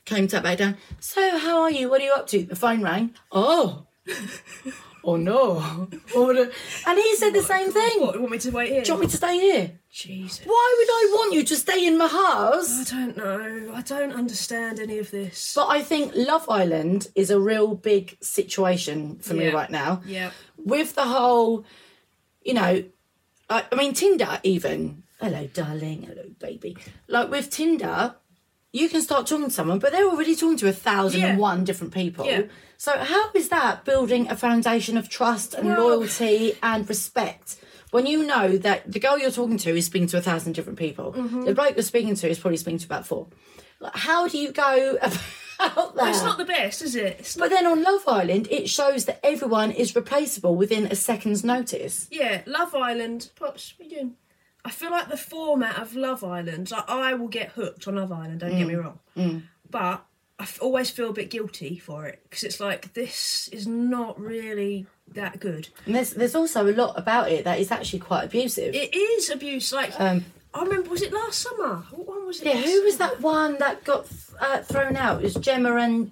Speaker 1: came sat back down. So, how are you? What are you up to? The phone rang. Oh. Oh no! Oh, no. And he said the same thing.
Speaker 2: What, you want me to wait here?
Speaker 1: Do you want me to stay here?
Speaker 2: Jesus.
Speaker 1: Why would I want you to stay in my house?
Speaker 2: I don't know. I don't understand any of this.
Speaker 1: But I think Love Island is a real big situation for me
Speaker 2: Yeah.
Speaker 1: right now.
Speaker 2: yeah.
Speaker 1: With the whole, you know, I, I mean, Tinder even. Hello, darling. Hello, baby. Like with Tinder, you can start talking to someone, but they're already talking to a thousand and
Speaker 2: Yeah.
Speaker 1: one different people.
Speaker 2: Yeah.
Speaker 1: So, how is that building a foundation of trust and
Speaker 2: Well-
Speaker 1: loyalty and respect? When you know that the girl you're talking to is speaking to a thousand different people,
Speaker 2: Mm-hmm.
Speaker 1: the bloke you're speaking to is probably speaking to about four. Like, how do you go about that?
Speaker 2: It's not the best, is it? It's
Speaker 1: But
Speaker 2: not.
Speaker 1: then on Love Island, it shows that everyone is replaceable within a second's notice.
Speaker 2: Yeah, Love Island. Pops, what are you doing? I feel like the format of Love Island, like I will get hooked on Love Island, don't get me wrong. But I f- always feel a bit guilty for it because it's like, this is not really that good.
Speaker 1: And there's, there's also a lot about it that is actually quite abusive.
Speaker 2: It is abuse. Like,
Speaker 1: Um,
Speaker 2: I remember, was it last summer? What one was it?
Speaker 1: yeah, who was that one that got uh, thrown out? It was Gemma and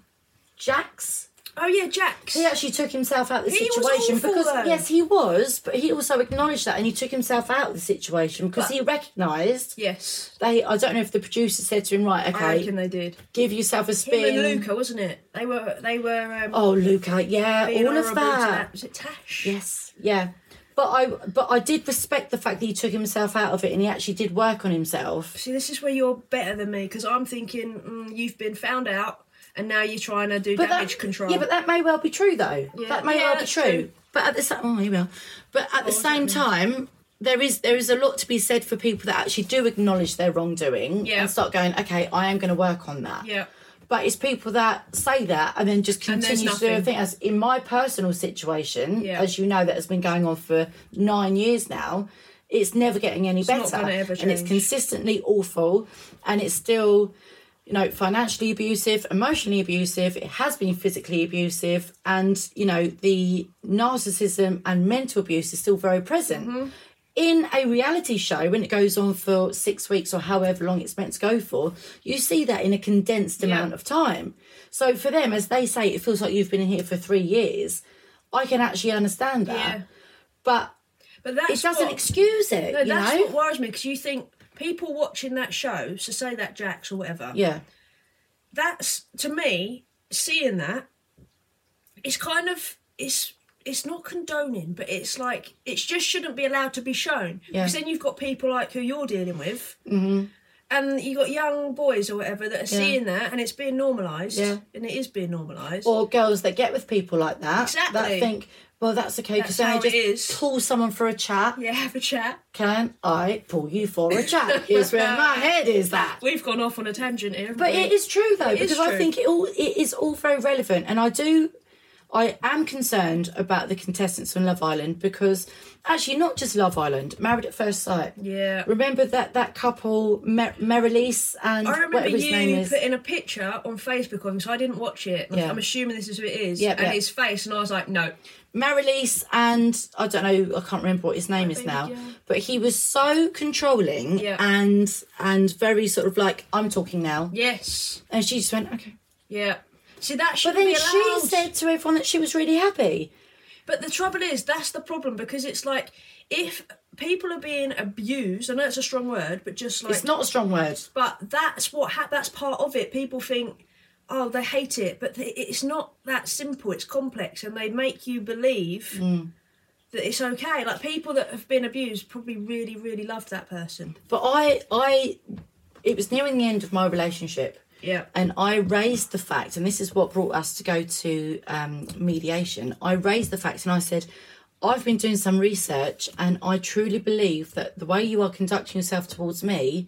Speaker 1: Jax.
Speaker 2: Oh, yeah, Jax.
Speaker 1: He actually took himself out of the
Speaker 2: He was
Speaker 1: situation
Speaker 2: awful,
Speaker 1: because
Speaker 2: though.
Speaker 1: yes, he was, but he also acknowledged that and he took himself out of the situation because
Speaker 2: But-
Speaker 1: he recognised
Speaker 2: Yes.
Speaker 1: they. I don't know if the producer said to him, right,
Speaker 2: I
Speaker 1: okay,
Speaker 2: reckon they did.
Speaker 1: give yourself a
Speaker 2: Him
Speaker 1: spin.
Speaker 2: and Luca, wasn't it? They were. They were. Um,
Speaker 1: Oh, Luca, yeah,
Speaker 2: being
Speaker 1: all
Speaker 2: honourable
Speaker 1: of
Speaker 2: to
Speaker 1: that.
Speaker 2: Was it Tash?
Speaker 1: Yes, yeah. But I but I did respect the fact that he took himself out of it and he actually did work on himself.
Speaker 2: See, this is where you're better than me because I'm thinking mm, you've been found out and now you're trying to do
Speaker 1: But
Speaker 2: damage
Speaker 1: that,
Speaker 2: control.
Speaker 1: Yeah, but that may well be true though.
Speaker 2: Yeah.
Speaker 1: That may
Speaker 2: Yeah,
Speaker 1: well be
Speaker 2: that's
Speaker 1: true.
Speaker 2: true. Oh,
Speaker 1: But at the same oh, here we are. But at the same time, there is there is a lot to be said for people that actually do acknowledge their wrongdoing
Speaker 2: Yeah.
Speaker 1: and start going, okay, I am going to work on that.
Speaker 2: yeah.
Speaker 1: But it's people that say that and then just
Speaker 2: there's
Speaker 1: continue to do their
Speaker 2: nothing.
Speaker 1: thing. As in my personal situation,
Speaker 2: Yeah.
Speaker 1: as you know, that has been going on for nine years now. It's never getting any
Speaker 2: not
Speaker 1: better,
Speaker 2: gonna ever
Speaker 1: and it's
Speaker 2: change.
Speaker 1: consistently awful, and it's still, you know, financially abusive, emotionally abusive. It has been physically abusive, and you know, the narcissism and mental abuse is still very present.
Speaker 2: Mm-hmm.
Speaker 1: In a reality show, when it goes on for six weeks or however long it's meant to go for, you see that in a condensed amount of time. So for them, as they say, it feels like you've been in here for three years. I can actually understand that,
Speaker 2: Yeah.
Speaker 1: but
Speaker 2: But that's
Speaker 1: it doesn't
Speaker 2: what,
Speaker 1: excuse it.
Speaker 2: no,
Speaker 1: you
Speaker 2: that's
Speaker 1: know?
Speaker 2: what worries me because you think people watching that show, so say that Jax or whatever,
Speaker 1: yeah,
Speaker 2: that's to me seeing that it's kind of it's it's not condoning but it's like it just shouldn't be allowed to be shown
Speaker 1: Yeah. Mm-hmm.
Speaker 2: because then you've got people like who you're dealing with and you got young boys or whatever that are seeing that and it's being normalized
Speaker 1: Yeah.
Speaker 2: and it is being normalized
Speaker 1: or girls that get with people like that that
Speaker 2: Exactly.
Speaker 1: think, well, that's okay because
Speaker 2: That's
Speaker 1: then I
Speaker 2: how it
Speaker 1: just
Speaker 2: is.
Speaker 1: pull someone for a chat.
Speaker 2: yeah have a chat
Speaker 1: Can I pull you for a chat? is where my head is that.
Speaker 2: we've gone off on a tangent here haven't
Speaker 1: But
Speaker 2: we?
Speaker 1: it is true though,
Speaker 2: It is
Speaker 1: because I
Speaker 2: true.
Speaker 1: think it all it is all very relevant, and I do. I am concerned about the contestants on Love Island because actually not just Love Island, Married at First Sight.
Speaker 2: yeah
Speaker 1: Remember that that couple Mer- Merilise and
Speaker 2: I remember
Speaker 1: whatever his name
Speaker 2: you
Speaker 1: is.
Speaker 2: putting a picture on Facebook of him, so I didn't watch it. Like,
Speaker 1: Yeah.
Speaker 2: I'm assuming this is who it is.
Speaker 1: Yeah,
Speaker 2: and
Speaker 1: yeah.
Speaker 2: his face, and I was like, no.
Speaker 1: Marilise and I don't know, I can't remember what his name is
Speaker 2: think,
Speaker 1: now,
Speaker 2: yeah.
Speaker 1: but he was so controlling
Speaker 2: Yeah.
Speaker 1: and and very sort of like I'm talking now,
Speaker 2: Yes.
Speaker 1: and she just went okay.
Speaker 2: Yeah. See that
Speaker 1: But
Speaker 2: should be
Speaker 1: then
Speaker 2: allowed.
Speaker 1: she said to everyone that she was really happy.
Speaker 2: but the trouble is, that's the problem because it's like if people are being abused. I know it's a strong word, but just like
Speaker 1: It's not a strong word.
Speaker 2: But that's what ha- that's part of it. People think, oh, they hate it, but th- it's not that simple. It's complex, and they make you believe
Speaker 1: Mm.
Speaker 2: that it's okay. Like people that have been abused probably really, really love that person.
Speaker 1: But I, I, it was nearing the end of my relationship,
Speaker 2: Yeah.
Speaker 1: and I raised the fact, and this is what brought us to go to um, mediation. I raised the fact, and I said, I've been doing some research, and I truly believe that the way you are conducting yourself towards me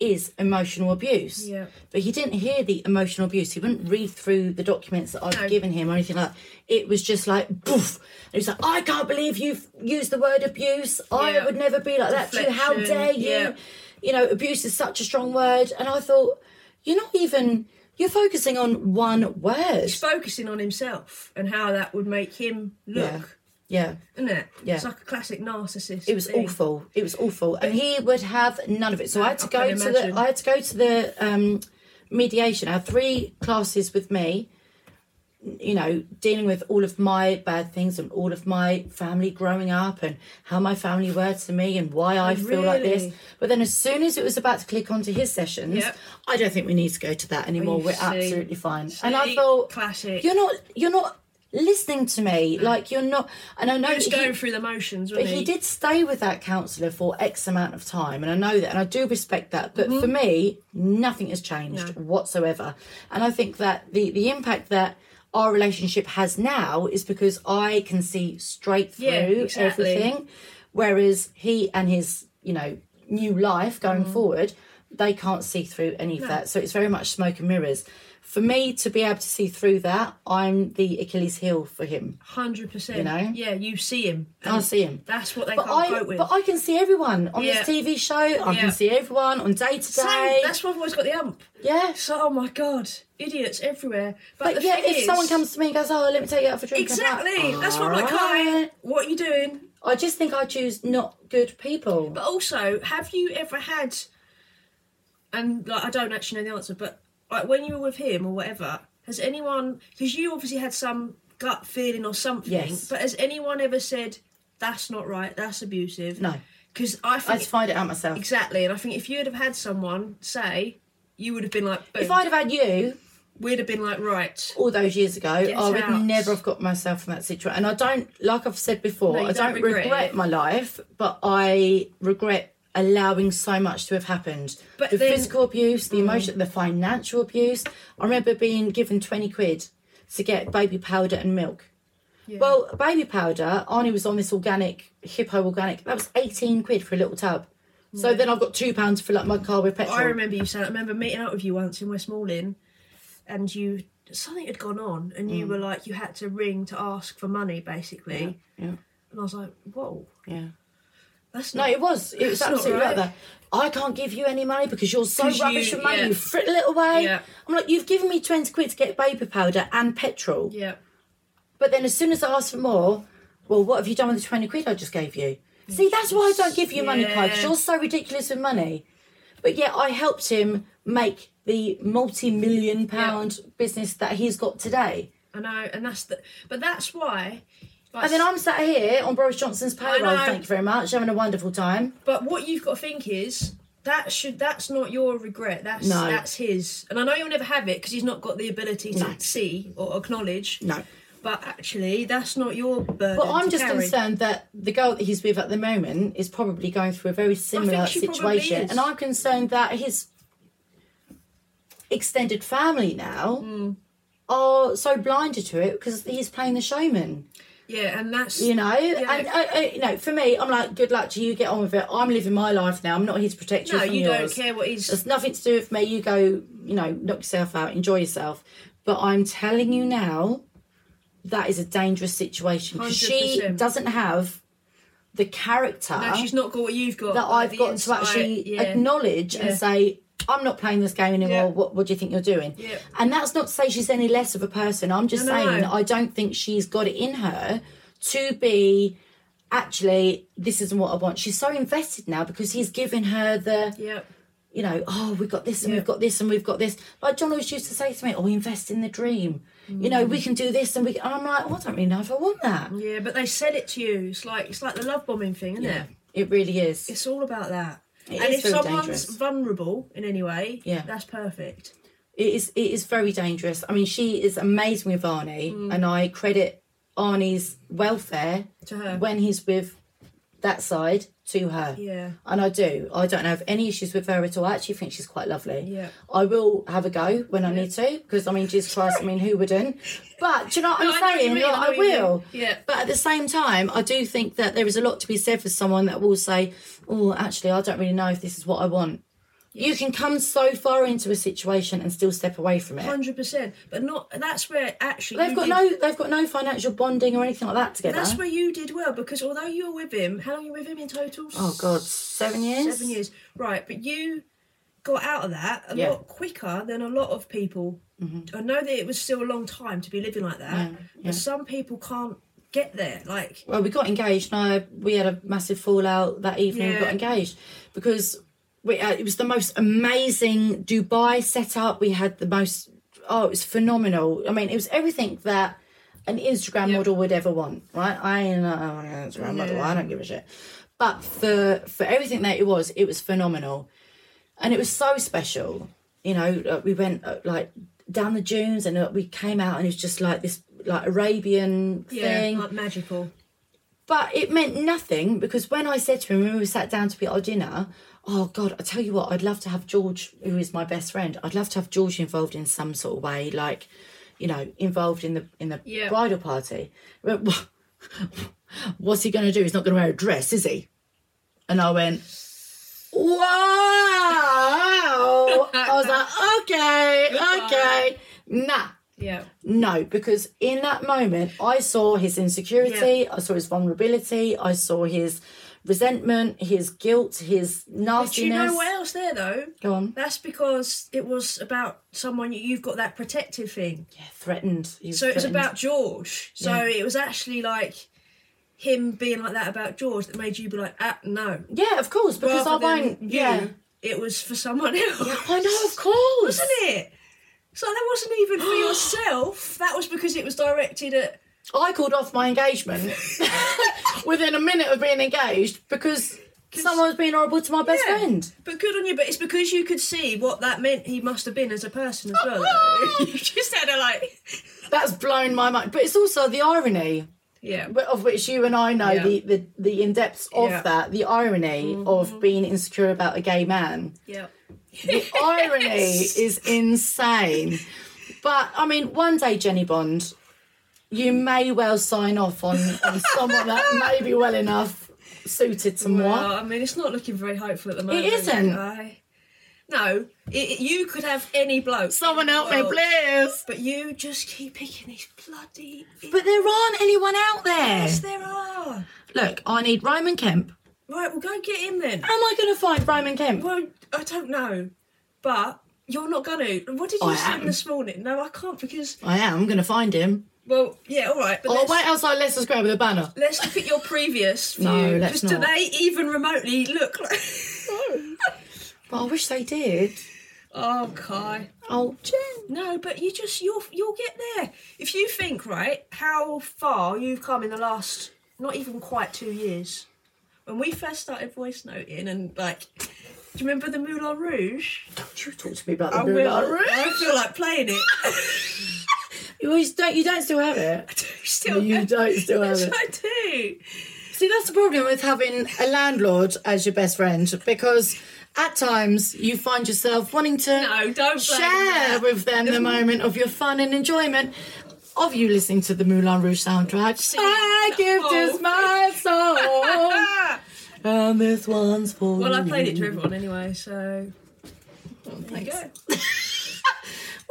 Speaker 1: is emotional abuse.
Speaker 2: Yeah.
Speaker 1: But he didn't hear the emotional abuse. He wouldn't read through the documents that I've
Speaker 2: No.
Speaker 1: given him or anything like that. It was just like poof. And he was like, I can't believe you've used the word abuse. I
Speaker 2: Yeah.
Speaker 1: would never be like that to you. How
Speaker 2: Deflection.
Speaker 1: dare you?
Speaker 2: Yeah.
Speaker 1: you know, abuse is such a strong word. And I thought, you're not even, you're focusing on one word.
Speaker 2: He's focusing on himself and how that would make him look,
Speaker 1: Yeah.
Speaker 2: isn't it?
Speaker 1: Yeah.
Speaker 2: It's like a classic narcissist.
Speaker 1: It was
Speaker 2: thing.
Speaker 1: awful. It was awful, and he would have none of it. So I had to
Speaker 2: I
Speaker 1: go
Speaker 2: can
Speaker 1: to
Speaker 2: imagine.
Speaker 1: the. I had to go to the um, mediation. I had three classes with me. You know, dealing with all of my bad things and all of my family growing up and how my family were to me and why I feel like this.
Speaker 2: Oh, really?
Speaker 1: But then, as soon as it was about to click onto his sessions,
Speaker 2: Yep. Oh,
Speaker 1: I don't think we need to go to that anymore.
Speaker 2: you
Speaker 1: We're
Speaker 2: see.
Speaker 1: absolutely fine. And I
Speaker 2: See?
Speaker 1: thought,
Speaker 2: classic.
Speaker 1: you're not, you're not listening to me. Like you're not. And I know
Speaker 2: He was
Speaker 1: he-
Speaker 2: Mm. going through the motions, wasn't
Speaker 1: but
Speaker 2: he?
Speaker 1: he did stay with that counsellor for X amount of time, and I know that, and I do respect that. But
Speaker 2: Mm-hmm.
Speaker 1: for me, nothing has changed whatsoever, and I think that the the impact that our relationship has now is because I can see straight through
Speaker 2: Yeah, exactly.
Speaker 1: everything, whereas he and his you know new life going
Speaker 2: Mm-hmm.
Speaker 1: forward, they can't see through any of that. So it's very much smoke and mirrors. For me to be able to see through that, I'm the Achilles heel for him.
Speaker 2: Hundred percent.
Speaker 1: You know?
Speaker 2: Yeah, you see him.
Speaker 1: I see him.
Speaker 2: That's what they
Speaker 1: But
Speaker 2: can't
Speaker 1: I,
Speaker 2: cope with.
Speaker 1: but I can see everyone on
Speaker 2: Yeah.
Speaker 1: this TV show. I
Speaker 2: Yeah.
Speaker 1: can see everyone on day to
Speaker 2: Same.
Speaker 1: day.
Speaker 2: That's why I've always got the ump.
Speaker 1: Yeah.
Speaker 2: So, oh my god, idiots everywhere. But,
Speaker 1: But
Speaker 2: the
Speaker 1: yeah,
Speaker 2: thing
Speaker 1: if
Speaker 2: is-
Speaker 1: someone comes to me and goes, "Oh, let me take you out for a drink," I'm like,
Speaker 2: exactly, that's what I'm like. Hi,
Speaker 1: "Alright."
Speaker 2: what are you doing?
Speaker 1: I just think I choose not good people.
Speaker 2: But also, have you ever had? And like, I don't actually know the answer, but like when you were with him or whatever, has anyone? Because you obviously had some gut feeling or something.
Speaker 1: Yes.
Speaker 2: But has anyone ever said that's not right? That's abusive.
Speaker 1: No.
Speaker 2: Because I
Speaker 1: I
Speaker 2: think
Speaker 1: just find it out myself.
Speaker 2: Exactly, and I think if you'd have had someone say, you would have been like, boom.
Speaker 1: If I'd have had you
Speaker 2: we'd have been like, right,
Speaker 1: all those years ago,
Speaker 2: Get
Speaker 1: I would
Speaker 2: out.
Speaker 1: never have got myself in that situation. And I don't, like I've said before,
Speaker 2: No, you
Speaker 1: I
Speaker 2: don't
Speaker 1: don't,
Speaker 2: regret
Speaker 1: regret,
Speaker 2: it.
Speaker 1: my life, but I regret allowing so much to have happened.
Speaker 2: But
Speaker 1: the
Speaker 2: then- Mm.
Speaker 1: physical abuse, the emotion, the financial abuse. I remember being given 20 quid to get baby powder and milk. Well, baby powder, Arnie was on this organic, hippo organic. That was 18 quid for a little tub. So then I've got two pounds to fill up my car with petrol.
Speaker 2: Mm. I remember you saying, I remember meeting up with you once in Westmoreland, and you something had gone on, and
Speaker 1: Mm.
Speaker 2: you were like, you had to ring to ask for money, basically.
Speaker 1: yeah,
Speaker 2: And I was like, whoa,
Speaker 1: yeah.
Speaker 2: that's
Speaker 1: No,
Speaker 2: not.
Speaker 1: it was. It was
Speaker 2: That's not
Speaker 1: absolutely
Speaker 2: right.
Speaker 1: like that. I can't give you any money because you're so
Speaker 2: 'Cause you-
Speaker 1: rubbish with money.
Speaker 2: yeah.
Speaker 1: You frittle it away.
Speaker 2: Yeah.
Speaker 1: I'm like, you've given me 20 quid to get baby powder and petrol.
Speaker 2: yeah,
Speaker 1: But then as soon as I asked for more, well, what have you done with the 20 quid I just gave you? See, that's why I don't give you money, Kai, because
Speaker 2: Yeah.
Speaker 1: you're so ridiculous with money. But yet I helped him make the multi million pound business that he's got today.
Speaker 2: I know, and that's the. But that's why. Like,
Speaker 1: And then I'm sat here on Boris Johnson's payroll,
Speaker 2: know.
Speaker 1: thank you very much, having a wonderful time.
Speaker 2: But what you've got to think is that should that's not your regret. That's
Speaker 1: No.
Speaker 2: that's his. And I know you'll never have it because he's not got the ability to see or acknowledge.
Speaker 1: No.
Speaker 2: But actually, that's not your burden.
Speaker 1: But I'm
Speaker 2: to
Speaker 1: just
Speaker 2: carry.
Speaker 1: concerned that the girl that he's with at the moment is probably going through a very similar
Speaker 2: she probably
Speaker 1: situation.
Speaker 2: is.
Speaker 1: And I'm concerned that his extended family now
Speaker 2: Hmm.
Speaker 1: are so blinded to it because he's playing the showman,
Speaker 2: Yeah, and that's
Speaker 1: you know? And, uh, uh, you know, for me, I'm like, good luck to you, get on with it. I'm living my life now. I'm not here to protect you
Speaker 2: no,
Speaker 1: from
Speaker 2: you
Speaker 1: yours.
Speaker 2: don't care what he's.
Speaker 1: It's nothing to do with me. You go, you know, knock yourself out, enjoy yourself. But I'm telling you now, that is a dangerous situation because she
Speaker 2: 100%.
Speaker 1: doesn't have the character
Speaker 2: No, she's not got what you've got.
Speaker 1: that
Speaker 2: like
Speaker 1: I've
Speaker 2: the
Speaker 1: got to
Speaker 2: insight,
Speaker 1: actually
Speaker 2: yeah.
Speaker 1: acknowledge
Speaker 2: Yeah.
Speaker 1: and say, I'm not playing this game anymore.
Speaker 2: Yeah.
Speaker 1: What, what do you think you're doing?
Speaker 2: Yeah.
Speaker 1: And that's not to say she's any less of a person. I'm just
Speaker 2: No, no,
Speaker 1: saying
Speaker 2: no.
Speaker 1: I don't think she's got it in her to be actually, this isn't what I want. She's so invested now because he's given her the
Speaker 2: Yeah,
Speaker 1: you know, oh, we've got this and
Speaker 2: Yeah.
Speaker 1: we've got this and we've got this. Like John always used to say to me, oh, we invest in the dream. You know,
Speaker 2: Mm.
Speaker 1: we can do this and we. And I'm like, well, I don't really know if I want that.
Speaker 2: yeah, but they said it to you. It's like it's like the love bombing thing, isn't it?
Speaker 1: It really is.
Speaker 2: It's all about that.
Speaker 1: It
Speaker 2: and
Speaker 1: is
Speaker 2: if
Speaker 1: very
Speaker 2: someone's
Speaker 1: dangerous.
Speaker 2: vulnerable in any way,
Speaker 1: Yeah.
Speaker 2: that's perfect.
Speaker 1: It is. It is very dangerous. I mean, she is amazing with Arnie,
Speaker 2: Mm.
Speaker 1: and I credit Arnie's welfare
Speaker 2: To her.
Speaker 1: when he's with that side to her.
Speaker 2: Yeah.
Speaker 1: And I do. I don't have any issues with her at all. I actually think she's quite lovely.
Speaker 2: Yeah.
Speaker 1: I will have a go when I need to because I mean, Jesus Christ, I mean, who wouldn't? But do you know what
Speaker 2: No, I
Speaker 1: I'm
Speaker 2: know what you
Speaker 1: saying?
Speaker 2: mean, I
Speaker 1: Like,
Speaker 2: know
Speaker 1: I
Speaker 2: what you mean.
Speaker 1: will.
Speaker 2: Yeah.
Speaker 1: But at the same time, I do think that there is a lot to be said for someone that will say, "Oh, actually, I don't really know if this is what I want." You can come so far into a situation and still step away from it.
Speaker 2: Hundred percent, but not. That's where actually
Speaker 1: They've
Speaker 2: you
Speaker 1: got
Speaker 2: did-
Speaker 1: no, they've got no financial bonding or anything like that together.
Speaker 2: That's where you did well because although you were with him, how long you were with him in total?
Speaker 1: oh God, seven years.
Speaker 2: seven years, right? But you got out of that a
Speaker 1: Yeah.
Speaker 2: lot quicker than a lot of people. I know that it was still a long time to be living like that,
Speaker 1: Yeah, Mm-hmm. yeah.
Speaker 2: but some people can't get there. Like
Speaker 1: Well, we got engaged, and I we had a massive fallout that evening. We got
Speaker 2: Yeah.
Speaker 1: engaged because we uh, it was the most amazing Dubai setup. We had the most. Oh, it was phenomenal. I mean, it was everything that an Instagram model would ever want, right? I ain't uh, not an Instagram model. I don't give a shit. But for for everything that it was, it was phenomenal and it was so special you know uh, we went uh, like down the dunes and uh, we came out and it was just like this like arabian thing
Speaker 2: like magical.
Speaker 1: but it meant nothing because when i said to him when we sat down to be at our dinner oh god i tell you what i'd love to have george who is my best friend i'd love to have george involved in some sort of way like you know involved in the in the
Speaker 2: Yeah.
Speaker 1: bridal party He went, "Wha- what's he going to do he's not going to wear a dress is he and i went wow. I was like, okay, okay. Nah,
Speaker 2: Yeah,
Speaker 1: no, because in that moment, I saw his insecurity, I saw his vulnerability, I saw his resentment, his guilt, his nastiness.
Speaker 2: but you know what else there though?
Speaker 1: Go on.
Speaker 2: That's because it was about someone you- you've got that protective thing.
Speaker 1: Yeah, threatened. He
Speaker 2: So it was
Speaker 1: threatened.
Speaker 2: about George. So it was actually like him being like that about George that made you be like, ah, no.
Speaker 1: Yeah, of course, because
Speaker 2: Rather
Speaker 1: I
Speaker 2: than
Speaker 1: won't.
Speaker 2: you,
Speaker 1: Yeah.
Speaker 2: It was for someone else.
Speaker 1: I know, of course.
Speaker 2: Wasn't it? So that wasn't even for yourself. That was because it was directed at.
Speaker 1: I called off my engagement within a minute of being engaged because someone was being horrible to my best
Speaker 2: Yeah.
Speaker 1: friend.
Speaker 2: But good on you. But it's because you could see what that meant. He must have been as a person as well. though. you just had a like.
Speaker 1: That's blown my mind. But it's also the irony.
Speaker 2: Yeah.
Speaker 1: but of which you and I know
Speaker 2: Yeah.
Speaker 1: the, the, the in depths of
Speaker 2: Yeah. Mm-hmm.
Speaker 1: that, the irony of being insecure about a gay man.
Speaker 2: Yeah.
Speaker 1: The irony is insane. But I mean, one day, Jenny Bond, you may well sign off on, on someone that may be well enough suited to
Speaker 2: Well,
Speaker 1: moi.
Speaker 2: I mean, it's not looking very hopeful at the moment.
Speaker 1: isn't.
Speaker 2: I- No, it, it- you could have any bloke.
Speaker 1: Someone
Speaker 2: in the
Speaker 1: help me,
Speaker 2: world,
Speaker 1: please.
Speaker 2: But you just keep picking these bloody.
Speaker 1: But there aren't anyone out there.
Speaker 2: Yes, there are.
Speaker 1: Look, I need Roman Kemp.
Speaker 2: Right, well, go get him then.
Speaker 1: How am I going to find Roman Kemp?
Speaker 2: Well, I don't know, but you're not gonna. What did you
Speaker 1: I
Speaker 2: say
Speaker 1: am.
Speaker 2: this morning? No, I can't because.
Speaker 1: I am going to find him.
Speaker 2: Well, yeah, all right, but
Speaker 1: Or
Speaker 2: let's,
Speaker 1: Oh, wait outside Leicester Square with a banner.
Speaker 2: let's look at your previous view.
Speaker 1: No, let's
Speaker 2: Just
Speaker 1: not.
Speaker 2: do they even remotely look like?
Speaker 1: But I wish they did.
Speaker 2: oh, Kai.
Speaker 1: Oh, Jen.
Speaker 2: No, but you just you'll you'll get there if you think right how far you've come in the last not even quite two years. When we first started voice noting and like, do you remember the Moulin Rouge?
Speaker 1: You talk to me about the
Speaker 2: I
Speaker 1: Moulin
Speaker 2: will-
Speaker 1: Rouge.
Speaker 2: I feel like playing it.
Speaker 1: You always don't. You don't still have
Speaker 2: I
Speaker 1: it.
Speaker 2: do still
Speaker 1: You don't still have
Speaker 2: Yes,
Speaker 1: it.
Speaker 2: I do.
Speaker 1: See, that's the problem with having a landlord as your best friend because at times you find yourself wanting to
Speaker 2: No, don't blame
Speaker 1: share
Speaker 2: that.
Speaker 1: with them the moment of your fun and enjoyment. Of you listening to the Moulin Rouge soundtrack, I
Speaker 2: that
Speaker 1: give
Speaker 2: whole
Speaker 1: this my soul,
Speaker 2: Ah!
Speaker 1: and this one's for
Speaker 2: Well, I
Speaker 1: you.
Speaker 2: played it to everyone anyway, so. There you go.
Speaker 1: Well,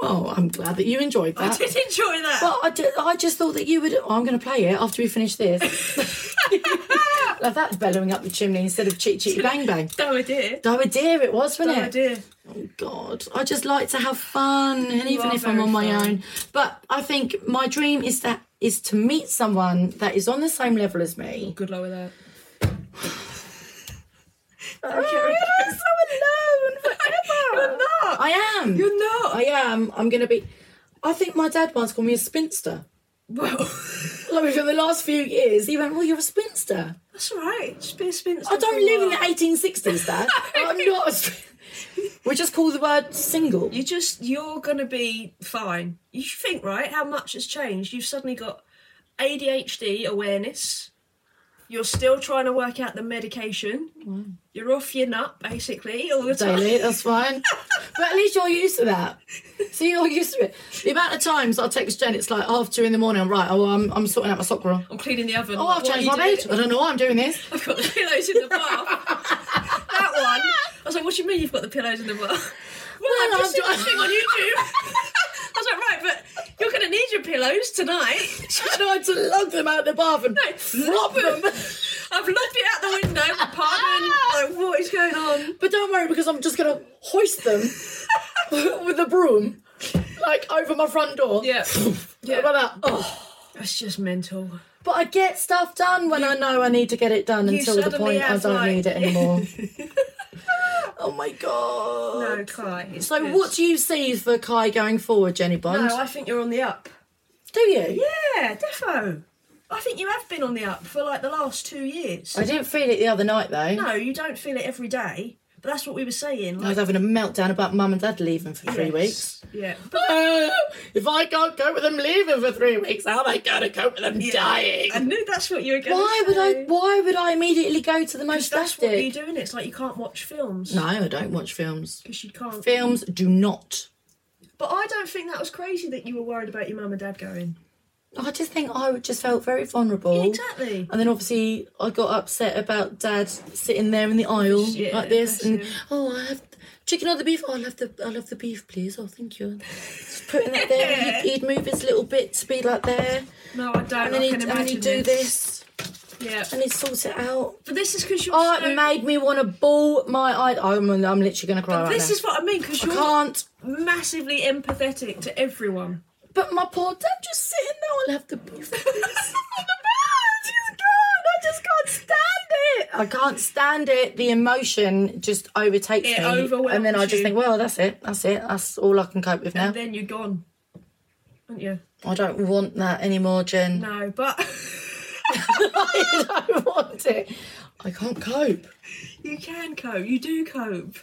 Speaker 1: Oh, I'm glad that you enjoyed
Speaker 2: I
Speaker 1: that.
Speaker 2: did enjoy that.
Speaker 1: Well, I, ju- I just thought that you would. Oh, I'm going to play it after we finish this. like that's bellowing up the chimney instead of chitty chitty bang bang.
Speaker 2: no idea.
Speaker 1: Oh dear, it was, wasn't
Speaker 2: No
Speaker 1: it?
Speaker 2: idea.
Speaker 1: God, I just like to have fun, and even
Speaker 2: are
Speaker 1: if I'm
Speaker 2: very
Speaker 1: on my
Speaker 2: fun.
Speaker 1: own. But I think my dream is that is to meet someone that is on the same level as me.
Speaker 2: Good luck with that.
Speaker 1: alone
Speaker 2: You're not.
Speaker 1: I am.
Speaker 2: You're not.
Speaker 1: I am. I'm going to be. I think my dad once called me a spinster.
Speaker 2: well,
Speaker 1: Like for the last few years, he went, "Well, you're a spinster."
Speaker 2: that's all right. Just be a spinster.
Speaker 1: I
Speaker 2: for
Speaker 1: don't
Speaker 2: a
Speaker 1: live in the
Speaker 2: while.
Speaker 1: 1860s, Dad. I'm not. A... sp- We just call the word single.
Speaker 2: You just you're gonna be fine. You should think right how much has changed. You've suddenly got ADHD awareness. You're still trying to work out the medication.
Speaker 1: Mm.
Speaker 2: You're off your nut basically all the time.
Speaker 1: Daily, that's fine. But at least you're used to that. So you're used to it. The amount of times I text Jen, it's like half two in the morning. I'm right. Oh, I'm, I'm sorting out my sock roll.
Speaker 2: I'm cleaning the oven.
Speaker 1: Oh, I've changed my bed. I don't know why I'm doing this.
Speaker 2: I've got the pillows in the bath. that one. was like, what do you mean you've got the pillows in the bar? Well, I've
Speaker 1: Well,
Speaker 2: just seen
Speaker 1: I've
Speaker 2: this thing on YouTube. I was like, right, but you're going to need your pillows tonight.
Speaker 1: I tried to lug them out the bath and flop them.
Speaker 2: I've looked it out the window, pardon. Like, what is going on?
Speaker 1: But don't worry because I'm just gonna hoist them with the broom, like over my front door.
Speaker 2: Yeah.
Speaker 1: Like that. Oh.
Speaker 2: That's just mental.
Speaker 1: But I get stuff done when I know I need to get it done until the
Speaker 2: suddenly
Speaker 1: point I
Speaker 2: have,
Speaker 1: don't
Speaker 2: like-
Speaker 1: need it anymore. oh my god.
Speaker 2: No, Kai. it's
Speaker 1: So
Speaker 2: good.
Speaker 1: what do you see for Kai going forward, Jenny Bond?
Speaker 2: No, I think you're on the up.
Speaker 1: do you?
Speaker 2: Yeah, defo. I think you have been on the up for like the last two years.
Speaker 1: I didn't feel it the other night though.
Speaker 2: no, you don't feel it every day, but that's what we were saying.
Speaker 1: I was having a meltdown about mum and dad leaving for three
Speaker 2: yes.
Speaker 1: weeks.
Speaker 2: Yeah.
Speaker 1: Uh, if I can't cope with them leaving for three weeks, how am I gonna cope with them
Speaker 2: Yeah.
Speaker 1: dying?
Speaker 2: I knew that's what you were going
Speaker 1: Why would I? Why would I immediately go to the most
Speaker 2: That's what you're
Speaker 1: drastic?
Speaker 2: doing. It's like you can't watch films.
Speaker 1: No, I don't watch films.
Speaker 2: Because you can't.
Speaker 1: Films do not.
Speaker 2: But I don't think that was crazy that you were worried about your mum and dad going.
Speaker 1: I just think I just felt very vulnerable.
Speaker 2: Exactly.
Speaker 1: And then obviously I got upset about Dad sitting there in the aisle
Speaker 2: Yeah,
Speaker 1: like this,
Speaker 2: bless
Speaker 1: and
Speaker 2: him.
Speaker 1: oh, I have chicken or the beef. Oh, I love the I love the beef, please. Oh, thank you. Just putting that there. and He'd, he'd move his little bit to be like there,
Speaker 2: No, I don't.
Speaker 1: and then
Speaker 2: I
Speaker 1: he'd,
Speaker 2: can
Speaker 1: and then
Speaker 2: imagine
Speaker 1: he'd do this,
Speaker 2: Yeah.
Speaker 1: and he'd sort it out.
Speaker 2: But this is because you're.
Speaker 1: Oh,
Speaker 2: so-
Speaker 1: it made me want to ball my eye. I'm, I'm literally going to cry right
Speaker 2: this
Speaker 1: now.
Speaker 2: is what I mean because you're
Speaker 1: Can't.
Speaker 2: massively empathetic to everyone.
Speaker 1: But my poor dad just sitting there. I'll have to be for this. on the bed. He's gone. I just can't stand it. I can't stand it. The emotion just overtakes
Speaker 2: It
Speaker 1: me.
Speaker 2: overwhelms
Speaker 1: and then I just
Speaker 2: you.
Speaker 1: think, well, that's it. That's it. That's all I can cope with now.
Speaker 2: And then you're gone. Aren't you?
Speaker 1: I don't want that anymore, Jen.
Speaker 2: No, but
Speaker 1: I don't want it. I can't cope.
Speaker 2: you can cope. You do cope,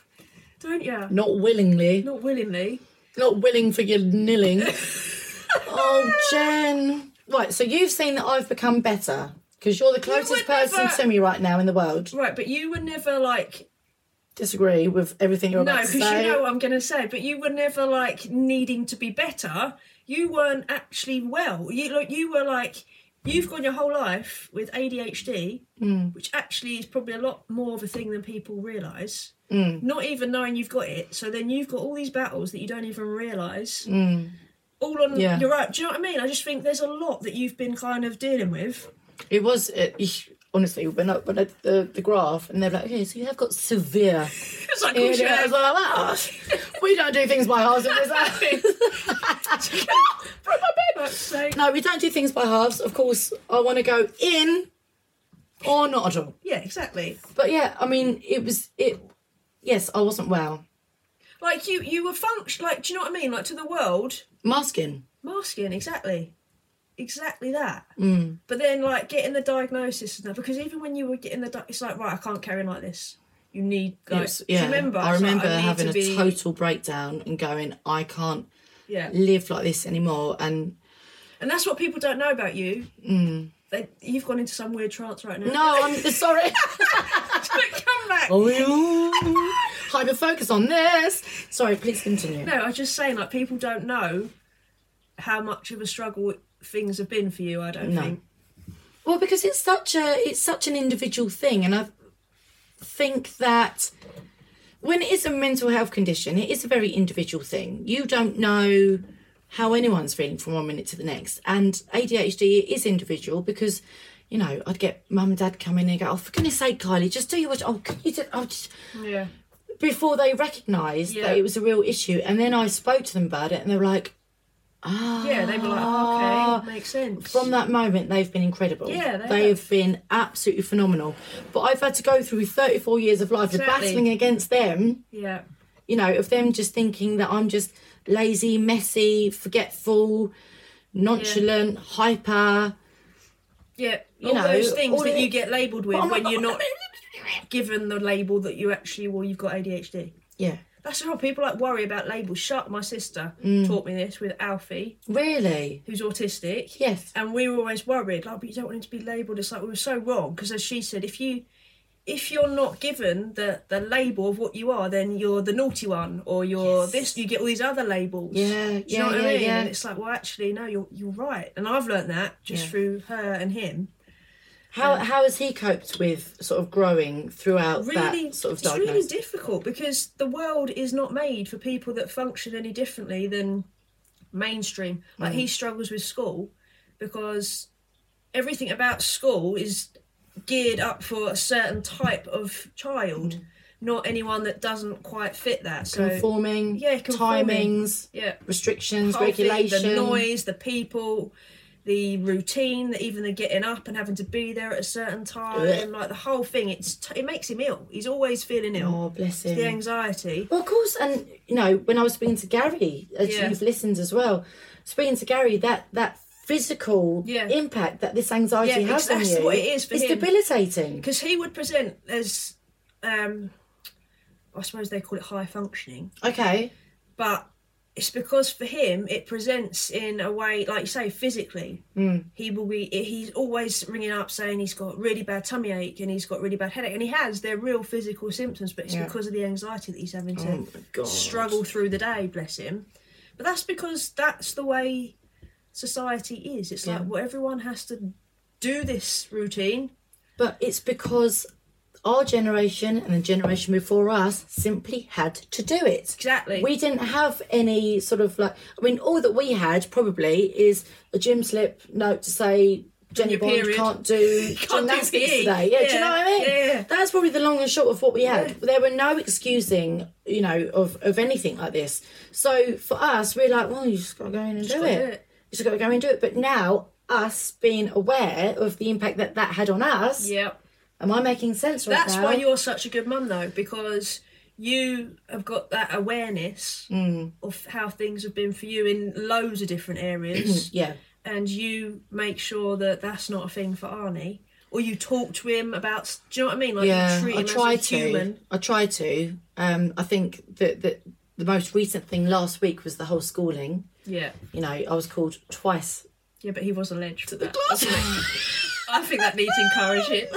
Speaker 2: don't you?
Speaker 1: Not willingly.
Speaker 2: Not willingly.
Speaker 1: Not willing for your nilling. oh, Jen. Right, so you've seen that I've become better because you're the closest
Speaker 2: would
Speaker 1: person
Speaker 2: never-
Speaker 1: to me right now in the world.
Speaker 2: Right, but you were never like
Speaker 1: disagree with everything you're
Speaker 2: no,
Speaker 1: about to
Speaker 2: because
Speaker 1: say.
Speaker 2: you know what I'm going to say. But you were never like needing to be better. You weren't actually well. You like you were like you've gone your whole life with ADHD,
Speaker 1: Mm.
Speaker 2: which actually is probably a lot more of a thing than people realise.
Speaker 1: Mm.
Speaker 2: Not even knowing you've got it. So then you've got all these battles that you don't even realise. All on
Speaker 1: Mm. Yeah.
Speaker 2: your own. Do you know what I mean? I just think there's a lot that you've been kind of dealing with.
Speaker 1: It was uh, eesh, honestly when I, when I did the the graph and they're like, okay, so you have got severe.
Speaker 2: It's like, of
Speaker 1: And
Speaker 2: course you
Speaker 1: I
Speaker 2: have.
Speaker 1: was like, "Ah, we don't do things by halves. in this house."
Speaker 2: Broke my bed. Fuck's sake.
Speaker 1: no, we don't do things by halves. Of course, I want to go in or not at all.
Speaker 2: Yeah, exactly.
Speaker 1: But yeah, I mean, it was it. Yes, I wasn't well.
Speaker 2: Like you, you were function. Like, do you know what I mean? Like to the world,
Speaker 1: Masking.
Speaker 2: masking exactly, exactly that. Mm. But then, like getting the diagnosis and that, because even when you were getting the, di- it's like right, I can't carry on like this. You need, like,
Speaker 1: It's-
Speaker 2: do you remember?
Speaker 1: I
Speaker 2: It's like,
Speaker 1: remember
Speaker 2: need
Speaker 1: having
Speaker 2: to
Speaker 1: a
Speaker 2: be-
Speaker 1: total breakdown and going, I can't
Speaker 2: Yeah,
Speaker 1: live like this anymore. And
Speaker 2: and that's what people don't know about you. They, you've gone into some weird trance right now.
Speaker 1: Mm. no, I'm sorry.
Speaker 2: come back.
Speaker 1: Hyper focus on this. Sorry, please continue.
Speaker 2: No, I was just saying, like people don't know how much of a struggle things have been for you. I don't think.
Speaker 1: Well, because it's such a it's such an individual thing, and I think that when it is a mental health condition, it is a very individual thing. You don't know how anyone's feeling from one minute to the next, and ADHD is individual because. You know, I'd get mum and dad come in and go, "Oh, for goodness' sake, Kylie, just do your watch. Oh, can you do? Oh, just
Speaker 2: Yeah.
Speaker 1: before they recognised
Speaker 2: Yeah.
Speaker 1: that it was a real issue. And then I spoke to them about it, and they were like, "Ah,
Speaker 2: Yeah, they were like, okay, makes sense.
Speaker 1: From that moment, they've been incredible.
Speaker 2: Yeah, they
Speaker 1: they, have. been absolutely phenomenal. But I've had to go through 34 years of life of
Speaker 2: Exactly.
Speaker 1: battling against them.
Speaker 2: yeah,
Speaker 1: You know, of them just thinking that I'm just lazy, messy, forgetful, nonchalant, hyper.
Speaker 2: yeah,
Speaker 1: You
Speaker 2: all
Speaker 1: know,
Speaker 2: those things
Speaker 1: all
Speaker 2: that
Speaker 1: the-
Speaker 2: you get labelled with
Speaker 1: Oh my
Speaker 2: when you're
Speaker 1: God.
Speaker 2: not given the label that you actually, well, you've got ADHD.
Speaker 1: Yeah,
Speaker 2: That's how people like worry about labels. Shut. My sister
Speaker 1: Mm.
Speaker 2: taught me this with Alfie,
Speaker 1: really.
Speaker 2: who's autistic.
Speaker 1: Yes.
Speaker 2: and we were always worried like but you don't want him to be labelled it's like we were so wrong because as she said if you if you're not given the the label of what you are then you're the naughty one or you're
Speaker 1: Yes.
Speaker 2: this you get all these other labels
Speaker 1: Yeah,
Speaker 2: Do you
Speaker 1: yeah,
Speaker 2: know what
Speaker 1: yeah,
Speaker 2: i mean
Speaker 1: yeah.
Speaker 2: and it's like well actually no you're you're right and i've learned that just
Speaker 1: Yeah.
Speaker 2: through her and him
Speaker 1: How how has he coped with sort of growing throughout
Speaker 2: really
Speaker 1: that sort of
Speaker 2: it's really
Speaker 1: diagnosis?
Speaker 2: difficult because the world is not made for people that function any differently than mainstream like
Speaker 1: Mm.
Speaker 2: he struggles with school because everything about school is geared up for a certain type of child
Speaker 1: Mm.
Speaker 2: not anyone that doesn't quite fit that so
Speaker 1: conforming,
Speaker 2: Yeah, conforming.
Speaker 1: timings,
Speaker 2: yeah
Speaker 1: restrictions,
Speaker 2: whole thing,
Speaker 1: regulation,
Speaker 2: the noise the people the routine the- even the getting up and having to be there at a certain time
Speaker 1: Ugh.
Speaker 2: like the whole thing it's t- it makes him ill he's always feeling ill
Speaker 1: Oh, bless him.
Speaker 2: the anxiety.
Speaker 1: Well, of course, and you know when I was speaking to Gary, as
Speaker 2: Yeah.
Speaker 1: you've listened as well, speaking to Gary, that that physical
Speaker 2: Yeah.
Speaker 1: impact that this anxiety
Speaker 2: Yeah,
Speaker 1: has on
Speaker 2: that's
Speaker 1: you
Speaker 2: what it is for
Speaker 1: is
Speaker 2: him.
Speaker 1: debilitating.
Speaker 2: Because he would present as, um, I suppose they call it high functioning,
Speaker 1: Okay,
Speaker 2: but it's because for him it presents in a way, like you say, physically. Mm. He will be. He's always ringing up saying he's got really bad tummy ache and he's got really bad headache, and he has. They're real physical symptoms, but it's
Speaker 1: Yeah.
Speaker 2: because of the anxiety that he's having to
Speaker 1: Oh my God.
Speaker 2: struggle through the day. Bless him. But that's because that's the way society is. It's like well, everyone has to do this routine
Speaker 1: but it's because our generation and the generation before us simply had to do it.
Speaker 2: Exactly.
Speaker 1: We didn't have any sort of like. I mean, all that we had probably is a gym slip note to say. Jenny
Speaker 2: your
Speaker 1: Bond
Speaker 2: period.
Speaker 1: can't do
Speaker 2: Can't do
Speaker 1: gymnastics
Speaker 2: PE.
Speaker 1: today. Yeah, do you know
Speaker 2: Yeah,
Speaker 1: what I mean?
Speaker 2: yeah, yeah.
Speaker 1: That's probably the long and short of what we had. There were no excusing, you know, of, of anything like this. So for us, we're like, well, you just got to go in and do
Speaker 2: gotta
Speaker 1: it.
Speaker 2: do it.
Speaker 1: You just got to go and do it. But now, us being aware of the impact that that had on us,
Speaker 2: Yep.
Speaker 1: Am I making sense right
Speaker 2: That's
Speaker 1: now?
Speaker 2: why you're such a good mum, though, because you have got that awareness
Speaker 1: Mm.
Speaker 2: of how things have been for you in loads of different areas,
Speaker 1: Yeah.
Speaker 2: and you make sure that that's not a thing for Arnie. Or you talk to him about, do you know what I mean? Like
Speaker 1: Yeah.
Speaker 2: you treat
Speaker 1: I
Speaker 2: him
Speaker 1: try
Speaker 2: as a
Speaker 1: to.
Speaker 2: human.
Speaker 1: I try to. Um, I think that that the most recent thing last week was the whole schooling.
Speaker 2: Yeah,
Speaker 1: You know, I was called twice.
Speaker 2: yeah, but he was alleged for that. I think that needs encouraging.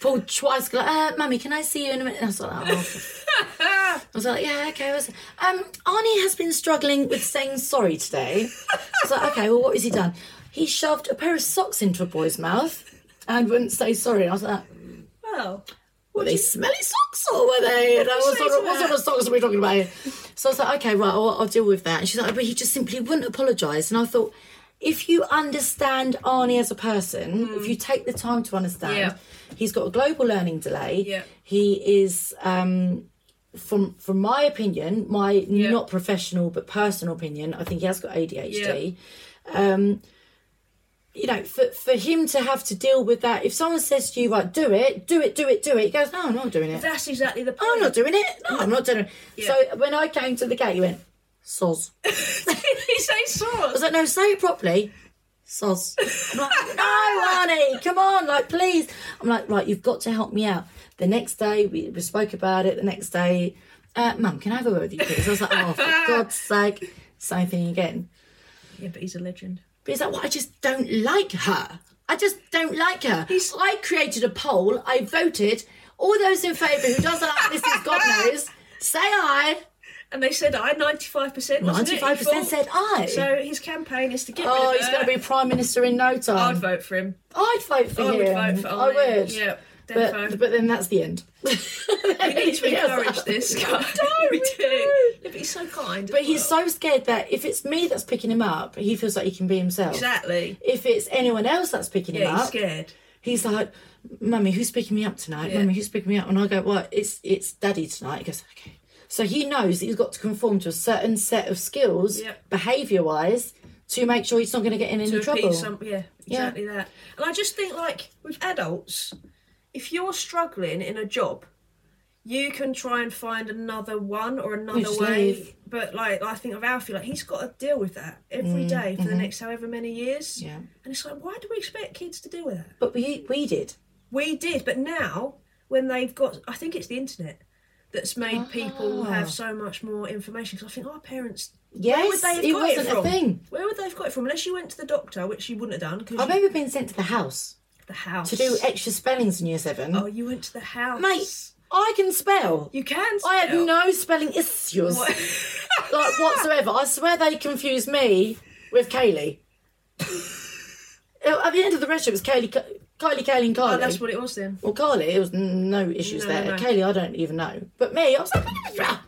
Speaker 1: Pulled twice. Like, uh, mummy, can I see you in a minute? And I was like, oh. I was like, yeah, okay. I was, um, Arnie has been struggling with saying sorry today. I was like, okay, well, what has he done? He shoved a pair of socks into a boy's mouth and wouldn't say sorry. And I was like,
Speaker 2: Well,
Speaker 1: were they smelly socks or were they? And I
Speaker 2: you
Speaker 1: was
Speaker 2: say
Speaker 1: like,
Speaker 2: to
Speaker 1: what sort
Speaker 2: that?
Speaker 1: of socks are we talking about? here? So I was like, okay, right, I'll, I'll deal with that. And she's like, but he just simply wouldn't apologise. And I thought, if you understand Arnie as a person, if you take the time to understand,
Speaker 2: Yeah.
Speaker 1: he's got a global learning delay.
Speaker 2: Yeah.
Speaker 1: He is, um, from from my opinion, my not professional but personal opinion, I think he has got ADHD you know, for, for him to have to deal with that, if someone says to you, right, do it, do it, do it, do it, he goes, no, I'm not doing it.
Speaker 2: that's exactly the
Speaker 1: I'm
Speaker 2: point.
Speaker 1: not doing it. No, I'm not doing it. So when I came to the gate, he went, soz. I
Speaker 2: he says
Speaker 1: was
Speaker 2: sauce.
Speaker 1: like, no, say it properly. Soz. I'm like, no, Arnie, come on, like, please. I'm like, right, you've got to help me out. The next day, we, we spoke about it. The next day, uh, Mum, can I have a word with you, please? I was like, oh, for God's sake, same thing again.
Speaker 2: Yeah, but he's a legend.
Speaker 1: But it's like, well, I just don't like her. I just don't like her. I created a poll. I voted. All those in favour who doesn't like Mrs. God knows, say aye.
Speaker 2: And they said I ninety five percent.
Speaker 1: Ninety five percent said aye.
Speaker 2: So his campaign is to get
Speaker 1: oh,
Speaker 2: rid of
Speaker 1: he's
Speaker 2: her.
Speaker 1: going to be prime minister in no
Speaker 2: I'd
Speaker 1: time.
Speaker 2: vote for him.
Speaker 1: I'd vote for
Speaker 2: I
Speaker 1: him.
Speaker 2: would vote for
Speaker 1: Um, I
Speaker 2: Arnie.
Speaker 1: would.
Speaker 2: Yeah,
Speaker 1: But,
Speaker 2: defo.
Speaker 1: but then that's the end. we
Speaker 2: we need to encourage this guy. we do. Yeah, but he's so kind.
Speaker 1: But he's so scared that if it's me that's picking him up, he feels like he can be himself.
Speaker 2: exactly.
Speaker 1: If it's anyone else that's picking him
Speaker 2: Yeah, he's
Speaker 1: up,
Speaker 2: scared.
Speaker 1: he's like, "Mummy, who's picking me up tonight?
Speaker 2: Yeah.
Speaker 1: Mummy, who's picking me up?" And I go, "Well, it's it's Daddy tonight." He goes, "Okay." So he knows that he's got to conform to a certain set of skills,
Speaker 2: Yep.
Speaker 1: behaviour wise, to make sure he's not going to get in any
Speaker 2: To
Speaker 1: trouble.
Speaker 2: repeat some, yeah, exactly that. And I just think like with adults, if you're struggling in a job, you can try and find another one or another
Speaker 1: just
Speaker 2: way.
Speaker 1: leave.
Speaker 2: But like I think of Alfie, like he's got to deal with that every day for the next however many years.
Speaker 1: Mm, mm-hmm. Yeah.
Speaker 2: And it's like, why do we expect kids to deal with that?
Speaker 1: But we we did.
Speaker 2: We did, but now when they've got, I think it's the internet that's made people have so much more information. Because I think our parents, where would
Speaker 1: Ah. Yes,
Speaker 2: they have
Speaker 1: it
Speaker 2: got
Speaker 1: wasn't
Speaker 2: it from?
Speaker 1: a thing.
Speaker 2: Where would they have got it from? Unless you went to the doctor, which you wouldn't have done
Speaker 1: I
Speaker 2: because you
Speaker 1: remember being sent to the house
Speaker 2: the house
Speaker 1: to do extra spellings in year seven.
Speaker 2: Oh, you went to the house,
Speaker 1: Mate, I can spell.
Speaker 2: You can.
Speaker 1: I had
Speaker 2: spell.
Speaker 1: no spelling issues
Speaker 2: What-
Speaker 1: like whatsoever. I swear they confused me with Kaylee. It- well, at the end of the relationship, it was Kaylee, Kylie, Kaylee, and Kylie.
Speaker 2: Oh, that's what it was then.
Speaker 1: Well, Kylie, it was no issues
Speaker 2: No,
Speaker 1: there.
Speaker 2: no.
Speaker 1: Kaylee, I don't even know. But me, I was like, "Ah,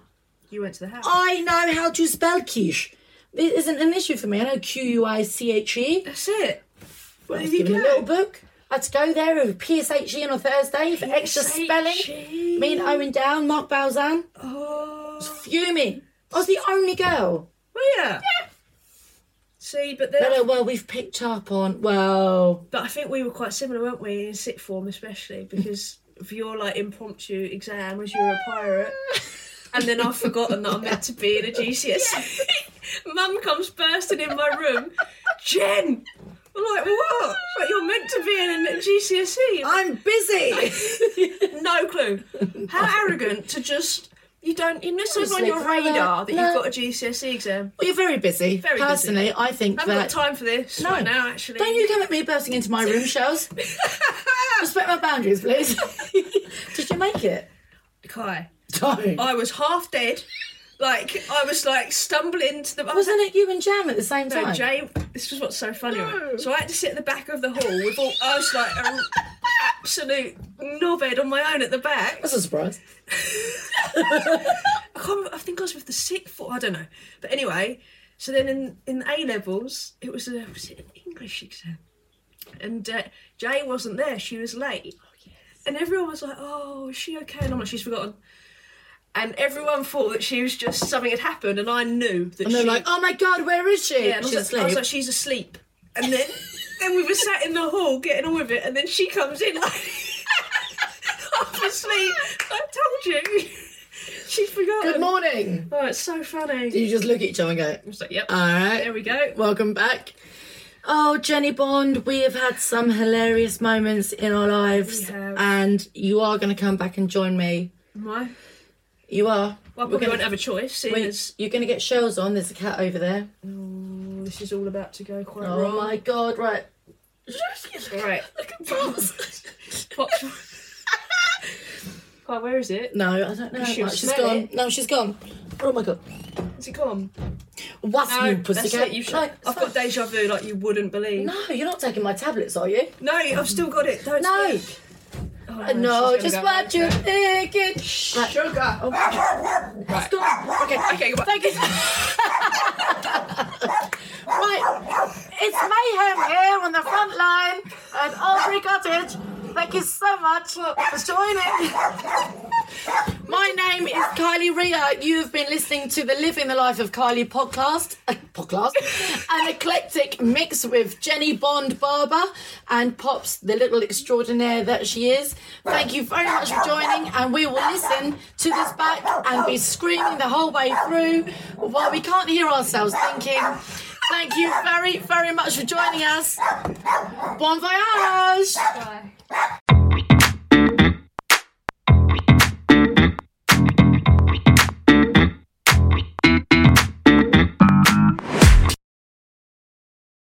Speaker 2: You went to the house.
Speaker 1: I know how to spell quiche. This isn't an issue for me. I know Q U I C H E.
Speaker 2: That's it.
Speaker 1: I was
Speaker 2: there you
Speaker 1: given a
Speaker 2: go.
Speaker 1: little book. I had to go there with PSHE E on a Thursday for extra
Speaker 2: E?
Speaker 1: spelling.
Speaker 2: Shit.
Speaker 1: Me and Owen Down, Mark Balzan,
Speaker 2: Oh.
Speaker 1: fuming. I was the only girl.
Speaker 2: Well, yeah. See, but
Speaker 1: But,
Speaker 2: then,
Speaker 1: uh, well, we've picked up on, well,
Speaker 2: but I think we were quite similar, weren't we, in sit form especially because of your like impromptu exam as you were a pirate, and then I've forgotten that I'm meant to be in a GCSE. E. Mum comes bursting in my room, Jen. I'm like, what? But you're meant to be in a GCSE.
Speaker 1: I'm busy.
Speaker 2: E." No clue. How arrogant to just you don't even it's not even on
Speaker 1: Honestly,
Speaker 2: your
Speaker 1: I don't
Speaker 2: radar that
Speaker 1: know.
Speaker 2: you've got a GCSE E exam.
Speaker 1: well, you're very busy.
Speaker 2: Very busy.
Speaker 1: Personally, I think
Speaker 2: I haven't got
Speaker 1: that.
Speaker 2: time for this
Speaker 1: No.
Speaker 2: right now, actually.
Speaker 1: Don't you come at me bursting into my room, Shells. Respect my boundaries, please. Did you make it?
Speaker 2: Kai,
Speaker 1: Don't.
Speaker 2: I was half dead. Like I was like stumbling to the. I was
Speaker 1: Wasn't it you and Jam at the same time?
Speaker 2: no, Jay. This was what's so funny. Right? So I had to sit at the back of the hall with all. I was like an absolute knobhead on my own at the back.
Speaker 1: That's a surprise.
Speaker 2: I, can't remember, I think I was with the sixth form. I don't know. But anyway, so then in in A levels, it was a was it an English exam, and uh, Jay wasn't there. She was late, and everyone was like, "Oh, is she okay?" And I'm like, "She's forgotten." And everyone thought that she was just something had happened, and I knew that
Speaker 1: And
Speaker 2: she.
Speaker 1: they're like, oh my god, where is she?
Speaker 2: yeah, and I
Speaker 1: She's
Speaker 2: was, like,
Speaker 1: asleep.
Speaker 2: I was like, "She's asleep," and then then we were sat in the hall getting on with it, and then she comes in like, "Obviously, I told you." She's forgotten.
Speaker 1: Good morning.
Speaker 2: Oh, it's so funny. Uh,
Speaker 1: You just look at each other and go,
Speaker 2: I was like, yep.
Speaker 1: all right,
Speaker 2: there we go.
Speaker 1: welcome back. Oh, Jenny Bond, we have had some hilarious moments in our lives,
Speaker 2: We have.
Speaker 1: and you are going to come back and join me.
Speaker 2: My,
Speaker 1: You are.
Speaker 2: well, I
Speaker 1: We're
Speaker 2: probably
Speaker 1: gonna-
Speaker 2: won't have a choice. Seeing
Speaker 1: Wait,
Speaker 2: as
Speaker 1: you're going to get shells on. There's a cat over there.
Speaker 2: Mm, this is all about to go quite
Speaker 1: Oh
Speaker 2: wrong.
Speaker 1: my god, right.
Speaker 2: Right,
Speaker 1: Look at Pops.
Speaker 2: pop. God, where is it?
Speaker 1: No, I don't know.
Speaker 2: She'll
Speaker 1: Right, she's
Speaker 2: smell
Speaker 1: gone.
Speaker 2: it.
Speaker 1: No, she's gone. Oh my god.
Speaker 2: Is it gone?
Speaker 1: What's
Speaker 2: No,
Speaker 1: new,
Speaker 2: that's
Speaker 1: pussycat?
Speaker 2: it. You've
Speaker 1: No,
Speaker 2: shot.
Speaker 1: it's
Speaker 2: I've got
Speaker 1: fine.
Speaker 2: deja vu like you wouldn't believe.
Speaker 1: No, you're not taking my tablets, are you?
Speaker 2: No, I've still got it. Don't
Speaker 1: No.
Speaker 2: speak.
Speaker 1: Uh,
Speaker 2: Oh,
Speaker 1: No,
Speaker 2: she's
Speaker 1: just
Speaker 2: gonna go
Speaker 1: what you
Speaker 2: mad.
Speaker 1: think it. Right.
Speaker 2: Sugar.
Speaker 1: Right. Stop. Okay.
Speaker 2: Okay, goodbye.
Speaker 1: Thank you. right. It's mayhem here on the front line at Albury Cottage. Thank you so much for joining. My name is Kylie Ria. You have been listening to the Living the Life of Kylie podcast, uh, podcast, an eclectic mix with Jenny Bond Barber and Pops, the little extraordinaire that she is. Thank you very much for joining, and we will listen to this back and be screaming the whole way through while we can't hear ourselves thinking. Thank you very, very much for joining us. Bon voyage!
Speaker 2: Bye.